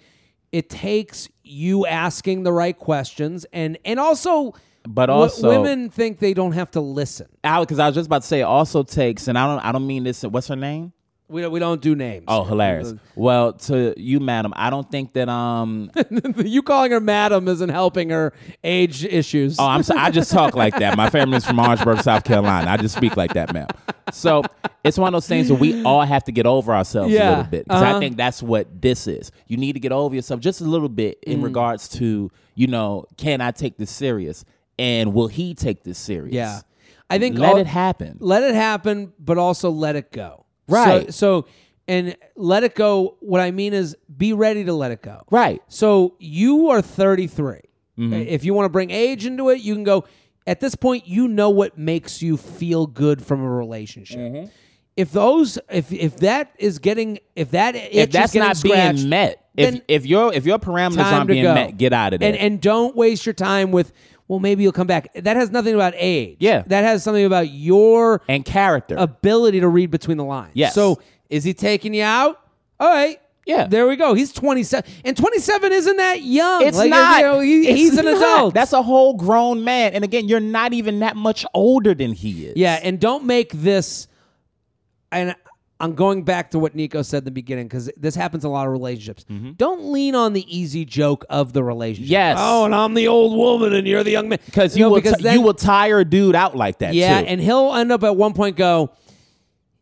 Speaker 1: it takes you asking the right questions and and also
Speaker 4: But
Speaker 1: wo-
Speaker 4: also-
Speaker 1: women think they don't have to listen.
Speaker 4: because I was just about to say, it also takes, and I don't, I don't mean this. What's her name?
Speaker 1: We don't, we don't do names.
Speaker 4: Oh, hilarious. Well, to you, madam, I don't think that. Um, oh,
Speaker 1: you calling her madam isn't helping her age issues.
Speaker 4: Oh, I'm sorry. I just talk like that. My family's from Orangeburg, South Carolina. I just speak like that, ma'am. So it's one of those things that we all have to get over ourselves a
Speaker 1: Yeah.
Speaker 4: little bit. Because
Speaker 1: Uh-huh.
Speaker 4: I think that's what this is. You need to get over yourself just a little bit
Speaker 1: Mm.
Speaker 4: in regards to, you know, can I take this serious? And will he take this serious?
Speaker 1: yeah, I think
Speaker 4: Let
Speaker 1: all-
Speaker 4: it happen.
Speaker 1: Let it happen, but also let it go.
Speaker 4: Right.
Speaker 1: So, so and let it go. What I mean is, be ready to let it go.
Speaker 4: Right. Mm-hmm.
Speaker 1: So you are 33. If you want to bring age into it, you can go. At this point, you know what makes you feel good from a relationship.
Speaker 4: Mm-hmm.
Speaker 1: If those, if if that is getting, if that
Speaker 4: If that's not
Speaker 1: scratched,
Speaker 4: being met,
Speaker 1: then-
Speaker 4: if if your if your parameters
Speaker 1: time
Speaker 4: aren't
Speaker 1: to
Speaker 4: being
Speaker 1: go.
Speaker 4: met, get out of there.
Speaker 1: And and don't waste your time with well maybe you'll come back. That has nothing about age.
Speaker 4: Yeah.
Speaker 1: That has something about your
Speaker 4: and character.
Speaker 1: ability to read between the lines.
Speaker 4: Yes.
Speaker 1: So is he taking you out? All right.
Speaker 4: Yeah.
Speaker 1: There we go. He's 27. And 27 isn't that young.
Speaker 4: It's
Speaker 1: Like,
Speaker 4: not.
Speaker 1: you know, he-
Speaker 4: It's
Speaker 1: he's an
Speaker 4: not.
Speaker 1: adult.
Speaker 4: That's a whole grown man. And again, you're not even that much older than he is.
Speaker 1: Yeah, and don't make this. And I'm going back to what Nico said in the beginning because this happens in a lot of relationships. Don't lean on the easy joke of the relationship.
Speaker 4: Mm-hmm. Yes.
Speaker 1: Oh, and I'm the old woman, and you're the young man.
Speaker 4: because you
Speaker 1: No,
Speaker 4: will
Speaker 1: because
Speaker 4: ti-
Speaker 1: then-
Speaker 4: you will tire a dude out like that.
Speaker 1: Yeah,
Speaker 4: too.
Speaker 1: and he'll end up at one point go.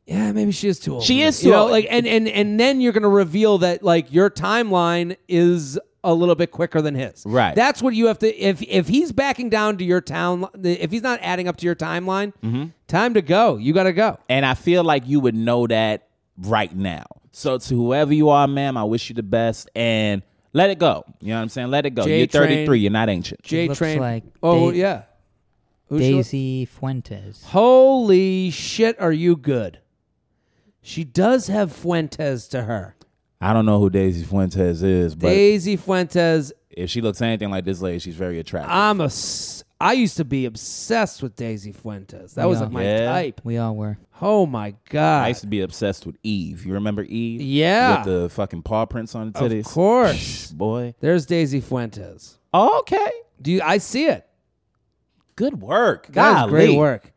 Speaker 1: Yeah, maybe she is too old.
Speaker 4: She
Speaker 1: for
Speaker 4: is
Speaker 1: this."
Speaker 4: too
Speaker 1: You know,
Speaker 4: old.
Speaker 1: Like, and and and then you're gonna reveal that like your timeline is a little bit quicker than his.
Speaker 4: Right.
Speaker 1: That's what you have to. If if he's backing down to your town, if he's not adding up to your timeline,
Speaker 4: Mm-hmm.
Speaker 1: time to go. You got to go.
Speaker 4: and I feel like you would know that right now. So to whoever you are, ma'am, I wish you the best and let it go. You know what I'm saying? Let it go.
Speaker 1: J
Speaker 4: you're
Speaker 1: Train.
Speaker 4: 33. You're not ancient.
Speaker 1: J
Speaker 2: looks
Speaker 1: Train.
Speaker 2: like
Speaker 1: oh
Speaker 2: Dave-
Speaker 1: yeah. Who's she look-
Speaker 2: Daisy Fuentes.
Speaker 1: Holy shit! Are you good? She does have Fuentes to her.
Speaker 4: I don't know who Daisy Fuentes is, but
Speaker 1: Daisy Fuentes
Speaker 4: if she looks anything like this lady, she's very attractive.
Speaker 1: I'm a. s- I used to be obsessed with Daisy Fuentes. That was
Speaker 2: Yeah.
Speaker 1: like my
Speaker 4: Yeah.
Speaker 1: type.
Speaker 2: We all were.
Speaker 1: Oh my
Speaker 4: I
Speaker 1: god!
Speaker 4: used to be obsessed with Eve. You remember Eve?
Speaker 1: Yeah.
Speaker 4: With the fucking paw prints on the
Speaker 1: Of
Speaker 4: titties.
Speaker 1: course.
Speaker 4: Boy.
Speaker 1: There's Daisy Fuentes.
Speaker 4: Okay.
Speaker 1: Do you, I see it?
Speaker 4: Good work.
Speaker 1: That
Speaker 4: God,
Speaker 1: was great work.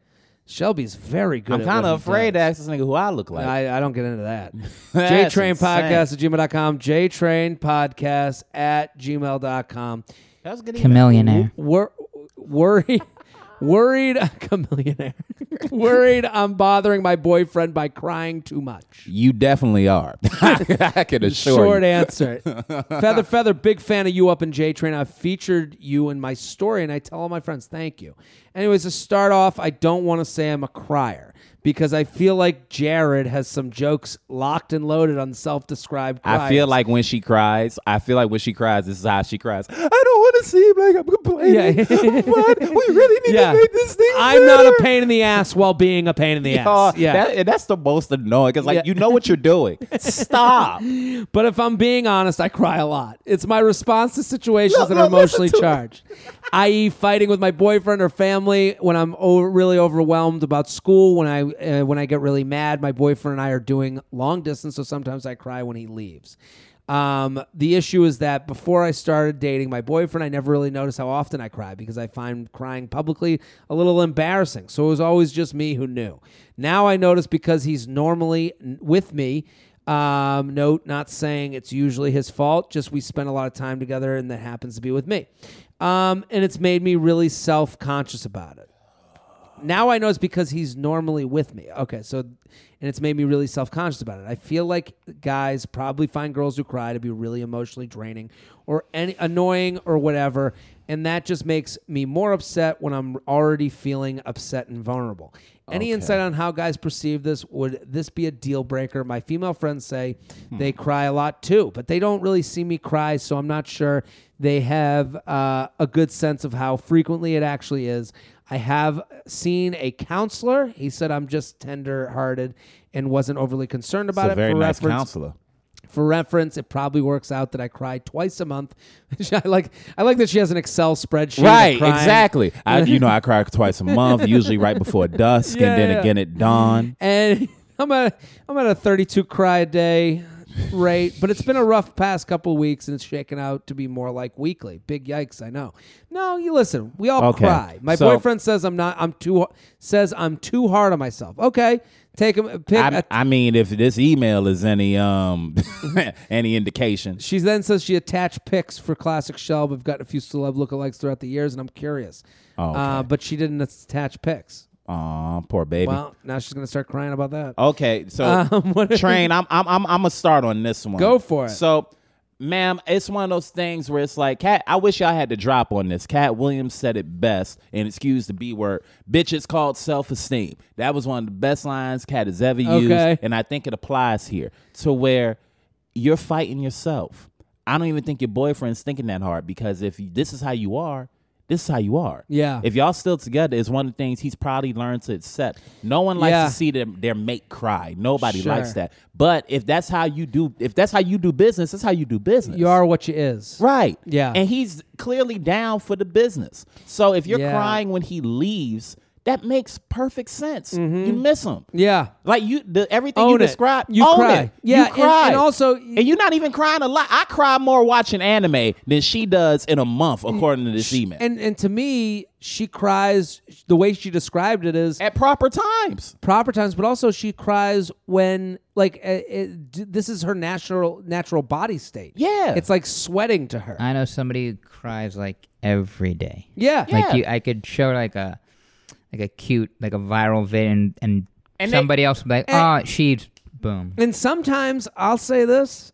Speaker 1: Shelby's very good.
Speaker 4: I'm
Speaker 1: at
Speaker 4: kind
Speaker 1: what
Speaker 4: of
Speaker 1: he
Speaker 4: afraid to
Speaker 1: does.
Speaker 4: ask this nigga who I look like.
Speaker 1: I, I don't get into that.
Speaker 4: That's
Speaker 1: JTrain Podcast
Speaker 4: insane.
Speaker 1: at gmail.com. JTrain Podcast at gmail.com.
Speaker 4: That was a good email.
Speaker 2: Chameleonaire.
Speaker 1: Wor- worried, worried, chameleonaire. worried I'm bothering my boyfriend by crying too much.
Speaker 4: You definitely are. I can assure
Speaker 1: Short
Speaker 4: you.
Speaker 1: answer. Feather Feather, big fan of you up in J Train. I featured you in my story, and I tell all my friends thank you. Anyways, to start off, I don't want to say I'm a crier because I feel like Jared has some jokes locked and loaded on self-described. Criers.
Speaker 4: I feel like when she cries, I feel like when she cries, this is how she cries. I don't want to seem like I'm complaining,
Speaker 1: Yeah.
Speaker 4: but we really need
Speaker 1: yeah,
Speaker 4: to make this thing.
Speaker 1: I'm not a
Speaker 4: better."
Speaker 1: pain in the ass while being a pain in the
Speaker 4: Oh,
Speaker 1: ass. Yeah,
Speaker 4: that- and that's the most annoying because, like,
Speaker 1: Yeah.
Speaker 4: you know what you're doing. Stop.
Speaker 1: But if I'm being honest, I cry a lot. It's my response to situations
Speaker 4: Look,
Speaker 1: that are
Speaker 4: look, listen
Speaker 1: emotionally
Speaker 4: to it.
Speaker 1: charged, i.e., fighting with my boyfriend or family when I'm o- really overwhelmed about school. When I uh, when I get really mad, my boyfriend and I are doing long distance, so sometimes I cry when he leaves. Um, the issue is that before I started dating my boyfriend, I never really noticed how often I cry because I find crying publicly a little embarrassing. So it was always just me who knew. Now I notice because he's normally n- with me. Um, note not saying it's usually his fault, just we spend a lot of time together and that happens to be with me. Um, and it's made me really self conscious about it. now I know it's because he's normally with me. Okay, so and it's made me really self conscious about it. I feel like guys probably find girls who cry to be really emotionally draining or any annoying or whatever, and that just makes me more upset when I'm already feeling upset and vulnerable. Any insight on how guys perceive this? Would this be a deal breaker? My female friends say they cry a lot too, but they don't really see me cry, so I'm not sure they have uh, a good sense of how frequently it actually is. I have seen a counselor. He said I'm just tender hearted and wasn't overly concerned about
Speaker 4: It's a
Speaker 1: it.
Speaker 4: very
Speaker 1: for
Speaker 4: nice
Speaker 1: reference,
Speaker 4: counselor.
Speaker 1: For reference, it probably works out that I cry twice a month. I like I like that she has an Excel spreadsheet. of
Speaker 4: Right,
Speaker 1: crying.
Speaker 4: exactly. I, you know, I cry twice a month, usually right before dusk,
Speaker 1: Yeah,
Speaker 4: and then
Speaker 1: yeah.
Speaker 4: again at dawn.
Speaker 1: and I'm at I'm at a 32 cry a day rate, but it's been a rough past couple weeks, and it's shaken out to be more like weekly. Big yikes, I know. No, you listen, we all
Speaker 4: Okay,
Speaker 1: cry. My
Speaker 4: so-
Speaker 1: boyfriend says I'm not. I'm too says I'm too hard on myself. Okay, take him. Pick.
Speaker 4: I,
Speaker 1: a-
Speaker 4: I mean, if this email is any um any indication,
Speaker 1: she then says she attached pics for classic Shelb. I've gotten a few celeb lookalikes throughout the years, and I'm curious.
Speaker 4: Oh, okay.
Speaker 1: uh, but she didn't attach pics.
Speaker 4: aw, poor baby.
Speaker 1: Well, now she's gonna start crying about that.
Speaker 4: Okay, so
Speaker 1: Um, what-
Speaker 4: train. I'm I'm I'm I'm gonna start on this one.
Speaker 1: Go for it.
Speaker 4: So, ma'am, it's one of those things where it's like, Cat. I wish y'all had to drop on this. Cat Williams said it best, and excuse the B word. Bitch, it's called self esteem. That was one of the best lines Cat has ever used,
Speaker 1: Okay.
Speaker 4: and I think it applies here to where you're fighting yourself. I don't even think your boyfriend's thinking that hard because if this is how you are. This is how you are.
Speaker 1: Yeah.
Speaker 4: If y'all still together, is one of the things he's probably learned to accept. No one likes
Speaker 1: Yeah.
Speaker 4: to see their, their mate cry. Nobody
Speaker 1: Sure.
Speaker 4: likes that. But if that's how you do, if that's how you do business, that's how you do business.
Speaker 1: You are what you is.
Speaker 4: right.
Speaker 1: Yeah.
Speaker 4: And he's clearly down for the business. So if you're
Speaker 1: Yeah.
Speaker 4: crying when he leaves, that makes perfect sense. You miss him.
Speaker 1: Mm-hmm. Yeah.
Speaker 4: Like you, the, everything you
Speaker 1: Own it.
Speaker 4: describe,
Speaker 1: You
Speaker 4: own
Speaker 1: cry.
Speaker 4: it.
Speaker 1: Yeah,
Speaker 4: you
Speaker 1: and-
Speaker 4: cry.
Speaker 1: and also-
Speaker 4: and you're not even crying a lot. I cry more watching anime than she does in a month, according to this email.
Speaker 1: And and to me, she cries. The way she described it is
Speaker 4: at proper times.
Speaker 1: proper times, but also she cries when like uh, it, d- this is her natural natural body state.
Speaker 4: Yeah. Uh,
Speaker 1: it's like sweating to her.
Speaker 2: I know somebody who cries like every day.
Speaker 1: yeah,
Speaker 2: Like
Speaker 4: Yeah.
Speaker 2: you, I could show like a like a cute like a viral vid and and,
Speaker 4: And they-
Speaker 2: somebody else would be like, oh, she's boom.
Speaker 1: and sometimes I'll say this: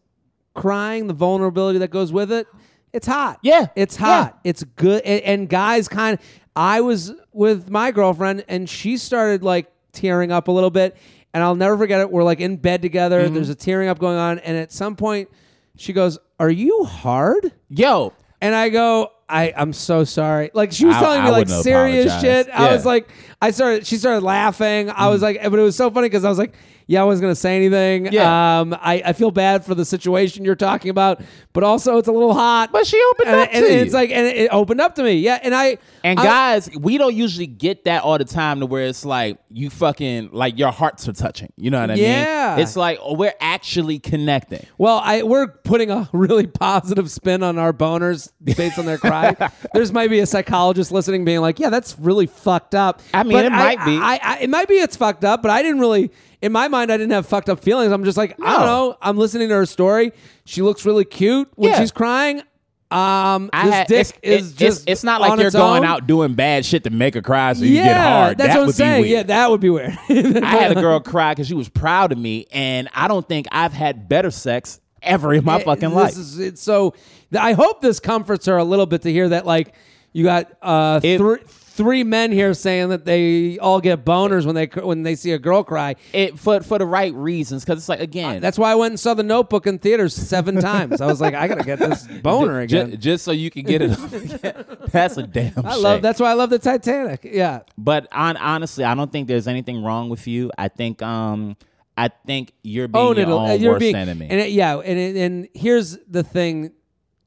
Speaker 1: crying, the vulnerability that goes with it, it's hot.
Speaker 4: Yeah.
Speaker 1: it's
Speaker 4: Yeah.
Speaker 1: hot. It's good. And, and guys, kind. of I was with my girlfriend, and she started like tearing up a little bit, and I'll never forget it. We're like in bed together.
Speaker 4: Mm-hmm.
Speaker 1: There's a tearing up going on, and at some point, she goes, "Are you hard?"
Speaker 4: Yo,
Speaker 1: And I go, I, I'm so sorry. Like she was
Speaker 4: I-
Speaker 1: telling
Speaker 4: I
Speaker 1: me like
Speaker 4: wouldn't
Speaker 1: serious
Speaker 4: apologize.
Speaker 1: shit. I
Speaker 4: Yeah. Mm.
Speaker 1: was like, I started, she started laughing. I was like, but it was so funny because I was like, yeah, I wasn't going to say anything.
Speaker 4: Yeah.
Speaker 1: Um, I, I feel bad for the situation you're talking about, but also it's a little hot.
Speaker 4: But she opened
Speaker 1: and,
Speaker 4: up
Speaker 1: and,
Speaker 4: to
Speaker 1: and
Speaker 4: you.
Speaker 1: it's like, and it opened up to me. Yeah. And I,
Speaker 4: And
Speaker 1: I-
Speaker 4: guys, we don't usually get that all the time to where it's like you fucking like your hearts are touching. You know what I
Speaker 1: Yeah.
Speaker 4: mean? It's like oh, we're actually connecting.
Speaker 1: Well, I we're putting a really positive spin on our boners based on their cry. There's might be a psychologist listening, being like, "Yeah, that's really fucked up."
Speaker 4: I mean, it might be.
Speaker 1: I, I, it might be. It's fucked up, but I didn't really. In my mind, I didn't have fucked up feelings. I'm just like, I don't
Speaker 4: No.
Speaker 1: know. I'm listening to her story. She looks really cute when
Speaker 4: Yeah.
Speaker 1: she's crying. Um,
Speaker 4: I
Speaker 1: this
Speaker 4: had-
Speaker 1: dick
Speaker 4: it's,
Speaker 1: is
Speaker 4: it's-
Speaker 1: just.
Speaker 4: it's not
Speaker 1: on
Speaker 4: like you're
Speaker 1: its
Speaker 4: going
Speaker 1: own.
Speaker 4: out doing bad shit to make her cry so you
Speaker 1: Yeah,
Speaker 4: get hard.
Speaker 1: that's
Speaker 4: that
Speaker 1: what I'm
Speaker 4: would
Speaker 1: saying.
Speaker 4: be
Speaker 1: Yeah,
Speaker 4: weird.
Speaker 1: that would be weird.
Speaker 4: I had a girl cry because she was proud of me, and I don't think I've had better sex ever in my
Speaker 1: it-
Speaker 4: fucking
Speaker 1: this
Speaker 4: life.
Speaker 1: is- it's so th- I hope this comforts her a little bit to hear that like you got uh
Speaker 4: It-
Speaker 1: thr- three men here saying that they all get boners when they cr- when they see a girl cry.
Speaker 4: it for for the right reasons, because it's like again,
Speaker 1: That's why I went and saw The Notebook in theaters seven times. I was like, I gotta get this boner
Speaker 4: ju-
Speaker 1: again.
Speaker 4: just so you can get it. up again. that's a damn.
Speaker 1: I love.
Speaker 4: shame.
Speaker 1: That's why I love the Titanic. Yeah,
Speaker 4: But on, honestly, I don't think there's anything wrong with you. I think um I think you're being
Speaker 1: own
Speaker 4: your
Speaker 1: it.
Speaker 4: own
Speaker 1: uh,
Speaker 4: worst
Speaker 1: you're being-
Speaker 4: enemy.
Speaker 1: And it, yeah, and it, and here's the thing,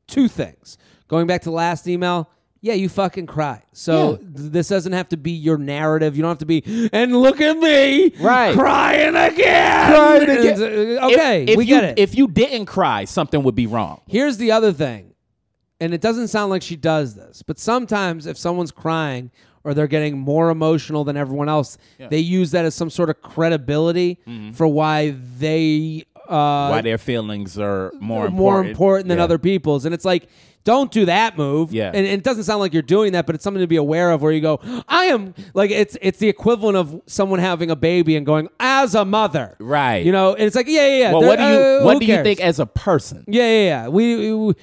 Speaker 1: two things. Going back to last email, yeah, you fucking cry. So th- this doesn't have to be your narrative. You don't have to be and look at me,
Speaker 4: Right.
Speaker 1: crying again,
Speaker 4: Crying again.
Speaker 1: It's, uh, Okay,
Speaker 4: if, if
Speaker 1: we
Speaker 4: you,
Speaker 1: get it.
Speaker 4: If you didn't cry, something would be wrong.
Speaker 1: Here's the other thing, and it doesn't sound like she does this, but sometimes if someone's crying or they're getting more emotional
Speaker 4: Mm-hmm.
Speaker 1: than everyone else, they uh, use that as some sort of credibility for why they
Speaker 4: why their feelings are more important,
Speaker 1: more important than
Speaker 4: Yeah.
Speaker 1: other people's. And it's like, don't do that move.
Speaker 4: Yeah.
Speaker 1: And, and it doesn't sound like you're doing that, but it's something to be aware of where you go, I am like it's it's the equivalent of someone having a baby and going, as a mother.
Speaker 4: Right.
Speaker 1: You know, and it's like, yeah, yeah, yeah.
Speaker 4: Well, what do
Speaker 1: They're-
Speaker 4: you
Speaker 1: uh,
Speaker 4: what
Speaker 1: who
Speaker 4: do you
Speaker 1: cares?
Speaker 4: think as a person?
Speaker 1: yeah, yeah, yeah. We, we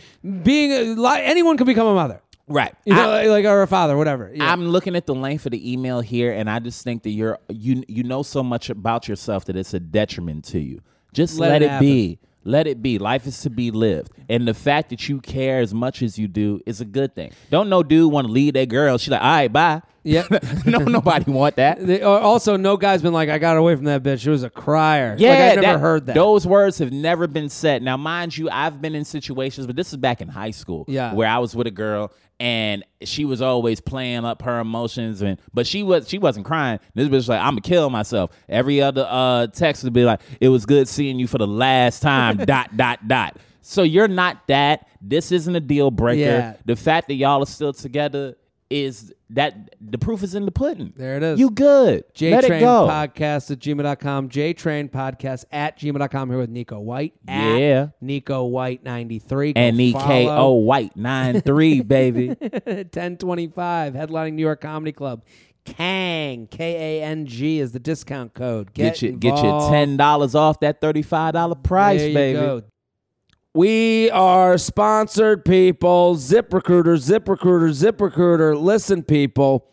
Speaker 1: being a li- anyone can become a mother,
Speaker 4: Right.
Speaker 1: you
Speaker 4: I-
Speaker 1: know, like or a father, whatever. Yeah.
Speaker 4: I'm looking at the length of the email here, and I just think that you're you you know so much about yourself that it's a detriment to you. Just
Speaker 1: Let
Speaker 4: let,
Speaker 1: it
Speaker 4: it, be. Let it be. Life is to be lived, and the fact that you care as much as you do is a good thing. Don't no dude want to leave that girl. She like, all right, bye.
Speaker 1: Yeah.
Speaker 4: no, nobody want that.
Speaker 1: They- or also, no guy's been like, I got away from that bitch. She was a crier.
Speaker 4: Yeah,
Speaker 1: like, I never heard that.
Speaker 4: Those words have never been said. Now, mind you, I've been in situations, but this is back in high school,
Speaker 1: Yeah.
Speaker 4: where I was with a girl and she was always playing up her emotions, and but she was she wasn't crying. This bitch was like, "I'm gonna kill myself." Every other uh, text would be like, "It was good seeing you for the last time." dot dot dot. So you're not that. This isn't a deal breaker.
Speaker 1: Yeah.
Speaker 4: The fact that y'all are still together is that the proof is in the pudding.
Speaker 1: There it is.
Speaker 4: You good. Let it
Speaker 1: JTrain
Speaker 4: go.
Speaker 1: podcast at gmail.com. JTrain podcast at gmail.com here with Nico White. at
Speaker 4: Yeah.
Speaker 1: Nico White 93. Go
Speaker 4: N E K O
Speaker 1: follow.
Speaker 4: White nine three baby.
Speaker 1: 1025, headlining New York Comedy Club. Kang, K A N G is the discount code. Get,
Speaker 4: Get your get your
Speaker 1: involved.
Speaker 4: ten dollars off that thirty five dollar price,
Speaker 1: There you
Speaker 4: baby.
Speaker 1: go. We are sponsored people. ZipRecruiter, ZipRecruiter, ZipRecruiter. Listen, people.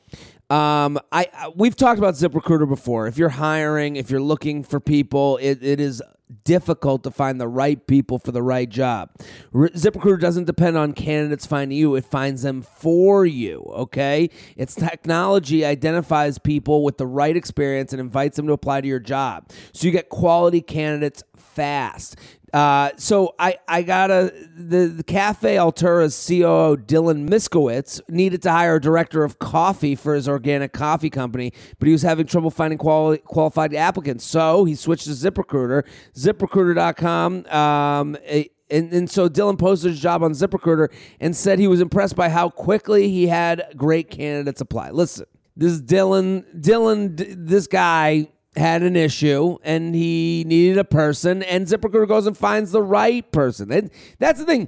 Speaker 1: Um, I, I we've talked about ZipRecruiter before. If you're hiring, if you're looking for people, it, it is difficult to find the right people for the right job. Re- ZipRecruiter doesn't depend on candidates finding you; it finds them for you. Okay, its technology identifies people with the right experience and invites them to apply to your job, so you get quality candidates fast. Uh, so I, I got a the, the Cafe Altura's COO Dylan Miskowitz needed to hire a director of coffee for his organic coffee company, but he was having trouble finding quali- qualified applicants. So he switched to ZipRecruiter, ZipRecruiter.com. Um, a- and, and so Dylan posted his job on ZipRecruiter and said he was impressed by how quickly he had great candidates apply. Listen, this is Dylan. Dylan, d- this guy had an issue and he needed a person, and ZipRecruiter goes and finds the right person. And that's the thing.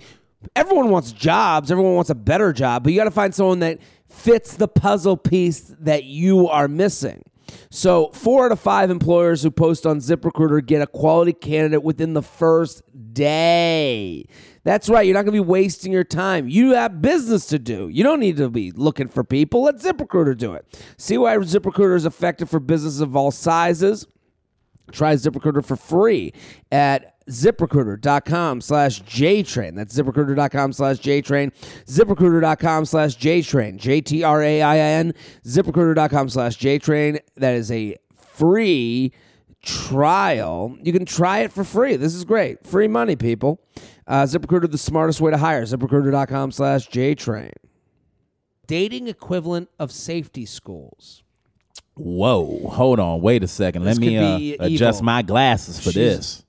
Speaker 1: Everyone wants jobs. Everyone wants a better job, but you got to find someone that fits the puzzle piece that you are missing. So, four out of five employers who post on ZipRecruiter get a quality candidate within the first day. That's right. You're not going to be wasting your time. You have business to do. You don't need to be looking for people. Let ZipRecruiter do it. See why ZipRecruiter is effective for businesses of all sizes. Try ZipRecruiter for free at ziprecruiter.com slash JTrain. That's ziprecruiter.com slash JTrain. ZipRecruiter.com slash JTrain. J T R A I I N. ZipRecruiter.com slash JTrain. That is a free trial. You can try it for free. This is great. Free money, people. Uh, ZipRecruiter, the smartest way to hire. ZipRecruiter.com slash JTrain. Dating equivalent of safety schools.
Speaker 4: Whoa, hold on, wait a second. Let
Speaker 1: This
Speaker 4: me
Speaker 1: could
Speaker 4: uh,
Speaker 1: be
Speaker 4: adjust
Speaker 1: evil.
Speaker 4: my glasses for
Speaker 1: She's-
Speaker 4: this.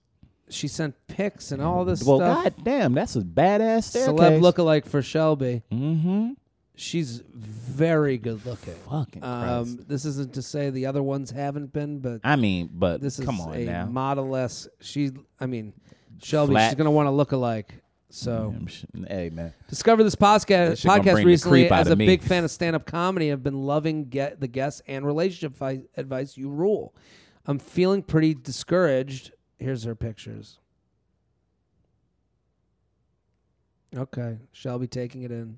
Speaker 1: She sent pics and all this
Speaker 4: Well,
Speaker 1: stuff.
Speaker 4: god damn, that's a badass staircase.
Speaker 1: celeb lookalike for Shelby. Mm-hmm. She's very good looking.
Speaker 4: Fucking
Speaker 1: Um, this isn't to say the other ones haven't been, but
Speaker 4: I mean, but
Speaker 1: this is
Speaker 4: Ah, come on
Speaker 1: a
Speaker 4: now.
Speaker 1: model S. She, I mean, Shelby.
Speaker 4: Flat.
Speaker 1: She's gonna want to look alike. So
Speaker 4: Damn sh- Hey man,
Speaker 1: discovered this posca-
Speaker 4: shit gonna
Speaker 1: podcast
Speaker 4: bring the
Speaker 1: recently
Speaker 4: creep out
Speaker 1: as
Speaker 4: of
Speaker 1: a
Speaker 4: me.
Speaker 1: big fan of stand-up comedy. I've been loving get the guests and relationship fi- advice you rule. I'm feeling pretty discouraged. Here's her pictures. Okay, Shelby taking it in.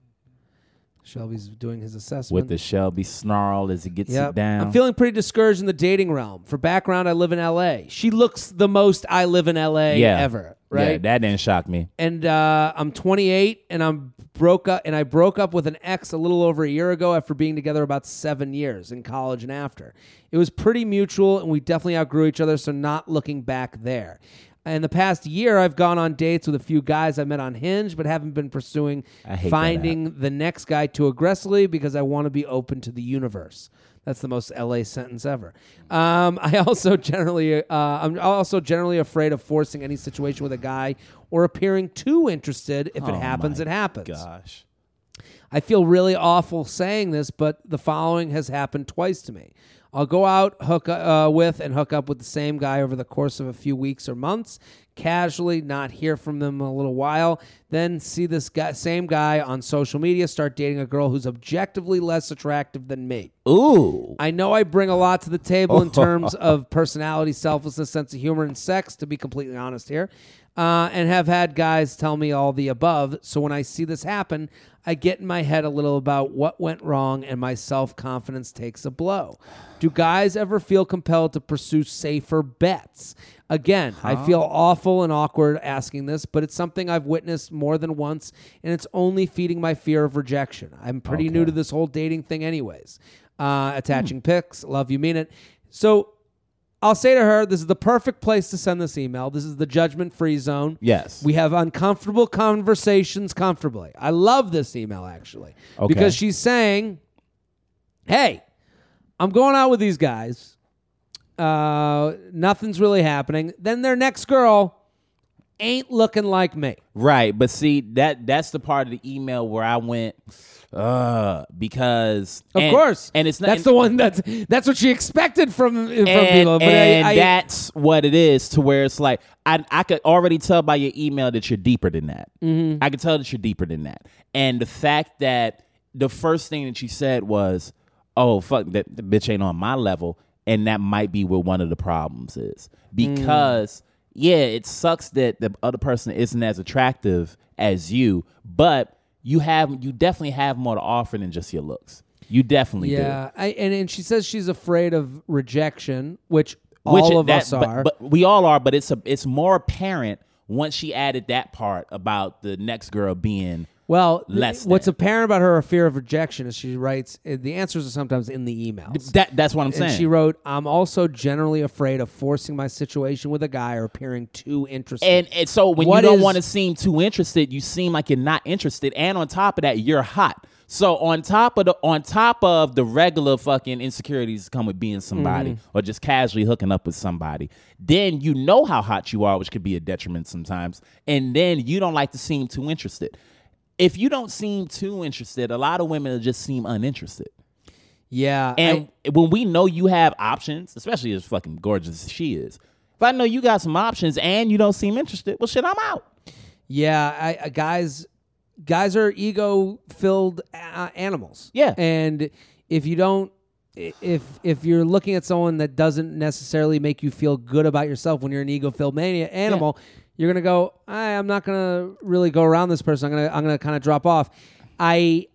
Speaker 1: Shelby's doing his assessment.
Speaker 4: with the Shelby snarl as he gets
Speaker 1: Yep.
Speaker 4: it down.
Speaker 1: I'm feeling pretty discouraged in the dating realm. For background, I live in L.A. She looks the most I live in L.A.
Speaker 4: yeah,
Speaker 1: ever,
Speaker 4: Yeah,
Speaker 1: right?
Speaker 4: that didn't shock me.
Speaker 1: and uh, I'm 28, and I'm broke up, and I broke up with an ex a little over a year ago after being together about seven years in college and after. It was pretty mutual, and we definitely outgrew each other, so not looking back there. In the past year, I've gone on dates with a few guys I met on Hinge, but haven't been pursuing
Speaker 4: I hate that
Speaker 1: finding the next guy too aggressively because I want to be open to the universe. That's the most LA sentence ever. Um, I also generally, uh, I'm also generally afraid of forcing any situation with a guy or appearing too interested. If it happens,
Speaker 4: my
Speaker 1: it happens.
Speaker 4: Gosh,
Speaker 1: I feel really awful saying this, but the following has happened twice to me. uh, I'll go out hook uh, with and hook up with the same guy over the course of a few weeks or months, casually, not hear from them in a little while, then see this guy, same guy on social media start dating a girl who's objectively less attractive than me.
Speaker 4: Ooh.
Speaker 1: I know I bring a lot to the table in terms of personality, selflessness, sense of humor, and sex, to be completely honest here, uh, and have had guys tell me all the above. So when I see this happen, I get in my head a little about what went wrong, and my self confidence takes a blow. Do guys ever feel compelled to pursue safer bets? Again, I feel awful and awkward asking this, but it's something I've witnessed more than once, and it's only feeding my fear of rejection. I'm pretty new to this whole dating thing, anyways uh,
Speaker 4: Hmm.
Speaker 1: attaching pics. Love you, mean it. So I'll say to her, this is the perfect place to send this email. This is the judgment free zone.
Speaker 4: Yes.
Speaker 1: We have uncomfortable conversations comfortably. I love this email, actually,
Speaker 4: Okay.
Speaker 1: because she's saying, hey, I'm going out with these guys. Uh, nothing's really happening. Then their next girl ain't looking like me.
Speaker 4: Right, but see that that's the part of the email where I went uh because
Speaker 1: Of
Speaker 4: and-
Speaker 1: course,
Speaker 4: and it's not
Speaker 1: that's
Speaker 4: and-
Speaker 1: the one that's that's what she expected from from
Speaker 4: and,
Speaker 1: people. But I-
Speaker 4: and
Speaker 1: I,
Speaker 4: that's what it is to where it's like I I could already tell by your email that you're deeper than that.
Speaker 1: Mm-hmm.
Speaker 4: I could tell that you're deeper than that. And the fact that the first thing that you said was, "Oh fuck, that the bitch ain't on my level," and that might be where one of the problems is because yeah, it sucks that the other person isn't as attractive as you, but you have you definitely have more to offer than just your looks. You definitely do.
Speaker 1: Yeah, I, and and she says she's afraid of rejection, which,
Speaker 4: Which
Speaker 1: all of
Speaker 4: that-
Speaker 1: us
Speaker 4: but-
Speaker 1: are.
Speaker 4: But, we all are. But it's a, it's more apparent once she added that part about the next girl being
Speaker 1: well, th-
Speaker 4: less
Speaker 1: what's
Speaker 4: than.
Speaker 1: apparent about her fear of rejection is she writes uh, the answers are sometimes in the emails.
Speaker 4: that. That's what I'm saying.
Speaker 1: and she wrote, "I'm also generally afraid of forcing my situation with a guy or appearing too interested."
Speaker 4: and, and so when
Speaker 1: What
Speaker 4: you don't
Speaker 1: is-
Speaker 4: want to seem too interested, you seem like you're not interested. And on top of that, you're hot. So on top of the on top of the regular fucking insecurities that come with being somebody
Speaker 1: Mm-hmm.
Speaker 4: or just casually hooking up with somebody, then you know how hot you are, which could be a detriment sometimes. And then you don't like to seem too interested. If you don't seem too interested, a lot of women will just seem uninterested.
Speaker 1: yeah, I-
Speaker 4: And when we know you have options, especially as fucking gorgeous as she is, if I know you got some options and you don't seem interested, well, shit, I'm out.
Speaker 1: Yeah, I, I guys, guys are ego-filled uh, animals.
Speaker 4: Yeah.
Speaker 1: and if you don't, i- if if you're looking at someone that doesn't necessarily make you feel good about yourself when you're an ego-filled mania animal, you're gonna go, I, I'm not gonna really go around this person. I'm gonna I'm gonna kind of drop off. I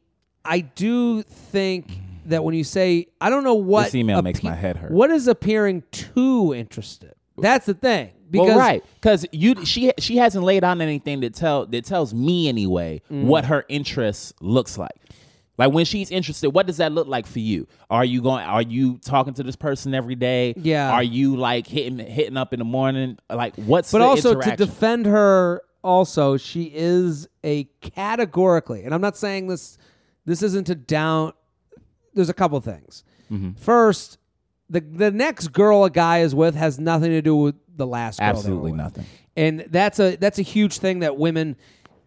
Speaker 1: I do think that when you say, I don't know what
Speaker 4: This email makes my head hurt.
Speaker 1: What is appearing too interested? That's the thing. Because
Speaker 4: well, right, because you she she hasn't laid out anything that tell that tells me anyway
Speaker 1: Mm.
Speaker 4: what her interest looks like. Like when she's interested, what does that look like for you? Are you going? Are you talking to this person every day?
Speaker 1: Yeah.
Speaker 4: Are you like hitting hitting up in the morning? Like what's
Speaker 1: but
Speaker 4: the
Speaker 1: also to
Speaker 4: interaction?
Speaker 1: defend her also she is a categorically and i'm not saying this this isn't to down there's a couple things
Speaker 4: Mm-hmm.
Speaker 1: first the the next girl a guy is with has nothing to do with the last girl they were
Speaker 4: Absolutely
Speaker 1: with.
Speaker 4: nothing.
Speaker 1: and that's a that's a huge thing that women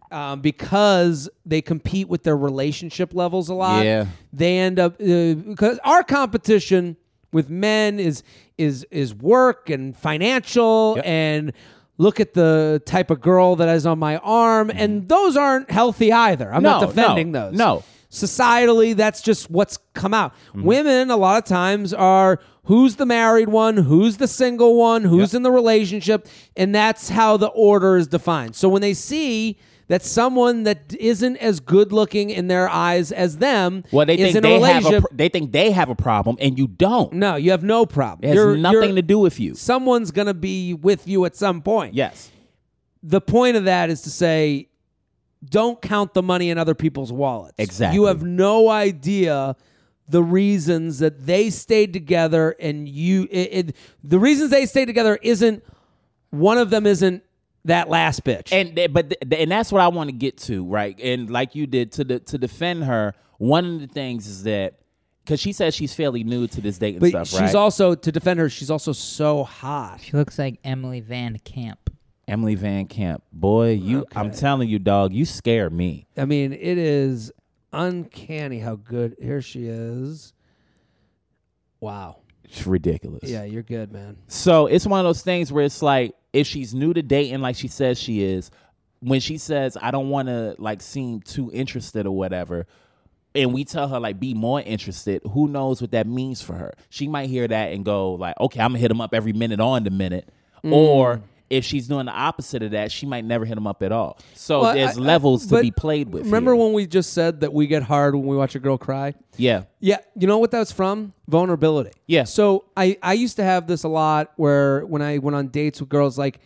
Speaker 1: um, because they compete with their relationship levels a lot
Speaker 4: Yeah.
Speaker 1: they end up uh, because our competition with men is is is work and financial and look at the type of girl that is on my arm and those aren't healthy either i'm not
Speaker 4: Mm-hmm. No,
Speaker 1: defending
Speaker 4: no,
Speaker 1: those
Speaker 4: no.
Speaker 1: societally that's just what's come out
Speaker 4: Mm-hmm.
Speaker 1: women a lot of times are who's the married one who's the single one who's in the relationship and that's how the order is defined so when they see that someone that isn't as good looking in their eyes as them
Speaker 4: well, they
Speaker 1: is
Speaker 4: think
Speaker 1: in a
Speaker 4: they have a,
Speaker 1: relationship
Speaker 4: pr- they think they have a problem and you don't.
Speaker 1: no you have no problem
Speaker 4: It has
Speaker 1: You're-
Speaker 4: nothing
Speaker 1: you're-
Speaker 4: to do with you.
Speaker 1: someone's gonna be with you at some point
Speaker 4: Yes.
Speaker 1: the point of that is to say don't count the money in other people's wallets.
Speaker 4: Exactly.
Speaker 1: You have no idea the reasons that they stayed together and you it, it, the reasons they stayed together isn't one of them isn't that last bitch.
Speaker 4: and th- but th- th- and that's what I want to get to, right? And like you did to the to defend her, one of the things is that because she says she's fairly new to this dating
Speaker 1: but
Speaker 4: stuff,
Speaker 1: she's
Speaker 4: right?
Speaker 1: also to defend her, she's also so hot.
Speaker 2: She looks like Emily Van Camp.
Speaker 4: Emily Van Camp, boy, you, I'm telling you, dog, you scare me.
Speaker 1: I mean, it is uncanny how good here she is. Wow.
Speaker 4: It's ridiculous.
Speaker 1: Yeah, you're good, man.
Speaker 4: So it's one of those things where it's like i- if she's new to dating, like she says she is, when she says I don't want to like seem too interested or whatever, and we tell her like be more interested, who knows what that means for her? She might hear that and go like, okay, I'm gonna hit him up every minute on the minute,
Speaker 1: Mm.
Speaker 4: or. If she's doing the opposite of that, she might never hit him up at all. So
Speaker 1: Well,
Speaker 4: there's
Speaker 1: I- I-
Speaker 4: levels to
Speaker 1: but
Speaker 4: be played with.
Speaker 1: Remember
Speaker 4: here.
Speaker 1: when we just said that we get hard when we watch a girl cry?
Speaker 4: Yeah.
Speaker 1: Yeah, you know what that's from? Vulnerability.
Speaker 4: Yeah.
Speaker 1: So I I used to have this a lot where when I went on dates with girls, like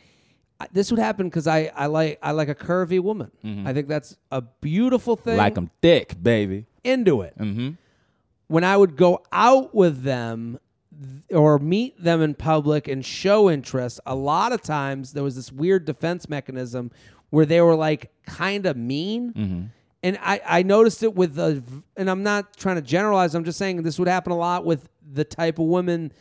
Speaker 1: I- this would happen because I I like I like a curvy woman. I think that's a beautiful thing.
Speaker 4: Mm-hmm. Like I'm thick, baby.
Speaker 1: into it. Mm-hmm. When I would go out with them th- or meet them in public and show interest, a lot of times there was this weird defense mechanism where they were like kind of mean. And I, I noticed it with the, and I'm not trying to generalize, I'm just saying this would happen a lot with the type of women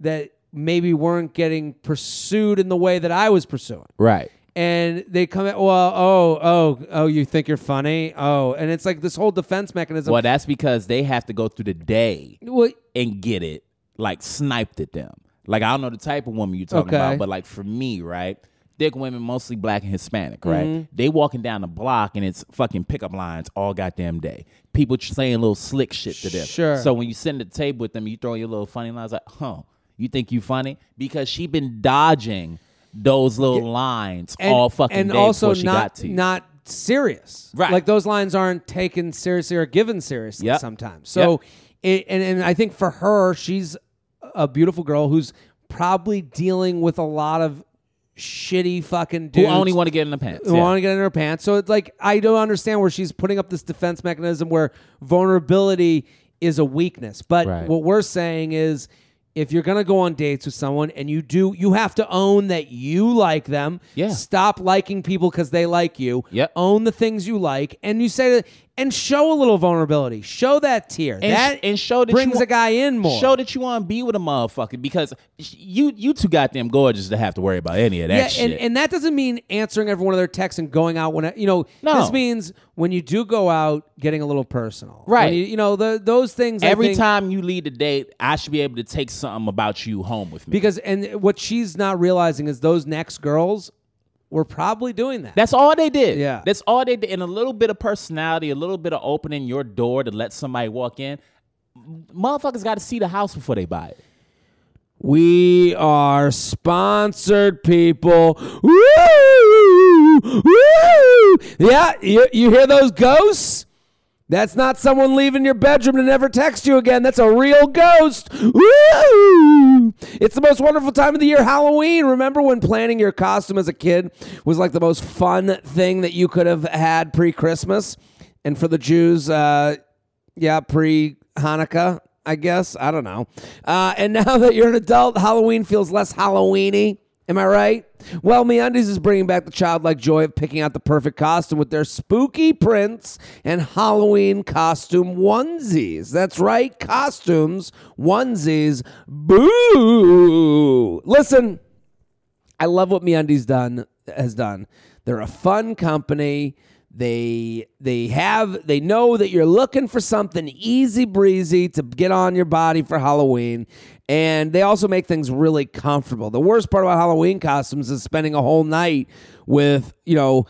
Speaker 1: that maybe weren't getting pursued in the way that I was pursuing
Speaker 4: Right.
Speaker 1: and they come at well oh oh oh you think you're funny oh and it's like this whole defense mechanism
Speaker 4: Well, that's because they have to go through the day
Speaker 1: Well,
Speaker 4: and get it like sniped at them. Like I don't know the type of woman you're talking
Speaker 1: Okay.
Speaker 4: about, but like for me, right? Thick women, mostly black and Hispanic, right?
Speaker 1: Mm-hmm.
Speaker 4: They walking down the block and it's fucking pickup lines all goddamn day. People ch- saying little slick shit to them.
Speaker 1: Sure.
Speaker 4: So when you sit at the table with them, you throw your little funny lines like, "Huh? You think you funny?" Because she been dodging those little lines
Speaker 1: and,
Speaker 4: all fucking
Speaker 1: and
Speaker 4: day
Speaker 1: also
Speaker 4: before she
Speaker 1: not
Speaker 4: got to you.
Speaker 1: not serious
Speaker 4: Right.
Speaker 1: like those lines aren't taken seriously or given seriously
Speaker 4: Yep.
Speaker 1: sometimes so it, and and I think for her she's a beautiful girl who's probably dealing with a lot of shitty fucking
Speaker 4: who
Speaker 1: dudes
Speaker 4: only want to get in the pants.
Speaker 1: who
Speaker 4: Yeah.
Speaker 1: want to get in her pants. So it's like I don't understand where she's putting up this defense mechanism where vulnerability is a weakness. But
Speaker 4: Right.
Speaker 1: what we're saying is if you're gonna go on dates with someone and you do you have to own that you like them.
Speaker 4: Yeah.
Speaker 1: Stop liking people because they like you.
Speaker 4: Yep.
Speaker 1: Own the things you like and you say that and show a little vulnerability. Show that tear.
Speaker 4: and,
Speaker 1: that
Speaker 4: sh- and show that
Speaker 1: brings
Speaker 4: you
Speaker 1: a guy in more.
Speaker 4: Show that you want to be with a motherfucker because sh- you you too goddamn gorgeous to have to worry about any of that
Speaker 1: yeah,
Speaker 4: shit.
Speaker 1: and, and that doesn't mean answering every one of their texts and going out when you know.
Speaker 4: No.
Speaker 1: This means when you do go out, getting a little personal,
Speaker 4: Right.
Speaker 1: When You, you know the, those things. I
Speaker 4: Every
Speaker 1: think-
Speaker 4: time you lead the date, I should be able to take something about you home with me.
Speaker 1: because and what she's not realizing is those next girls were probably doing that.
Speaker 4: That's all they did.
Speaker 1: Yeah.
Speaker 4: That's all they did. And a little bit of personality, a little bit of opening your door to let somebody walk in. Motherfuckers got to see the house before they buy it.
Speaker 1: We are sponsored people. Woo! Woo! Yeah, you, you hear those ghosts? That's not someone leaving your bedroom to never text you again. That's a real ghost. Woo! It's the most wonderful time of the year, Halloween. Remember when planning your costume as a kid was like the most fun thing that you could have had pre Christmas? And for the Jews, uh, yeah, pre Hanukkah, I guess. I don't know. Uh, and now that you're an adult, Halloween feels less Halloweeny. Am I right? Well, MeUndies is bringing back the childlike joy of picking out the perfect costume with their spooky prints and Halloween costume onesies. That's right, costumes, onesies. Boo! Listen. I love what MeUndies done has done. They're a fun company. They they have they know that you're looking for something easy breezy to get on your body for Halloween, and they also make things really comfortable. The worst part about Halloween costumes is spending a whole night with you know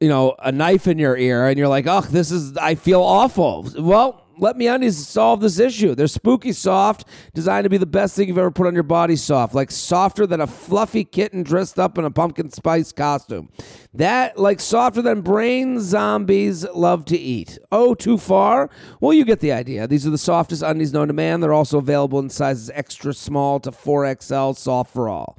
Speaker 1: you know a knife in your ear, and you're like, oh, this is I feel awful. Well. Let Me Undies solve this issue. They're spooky soft, designed to be the best thing you've ever put on your body soft, like softer than a fluffy kitten dressed up in a pumpkin spice costume. That, like softer than brain zombies love to eat. Oh, too far? Well, you get the idea. These are the softest undies known to man. They're also available in sizes extra small to 4XL, soft for all.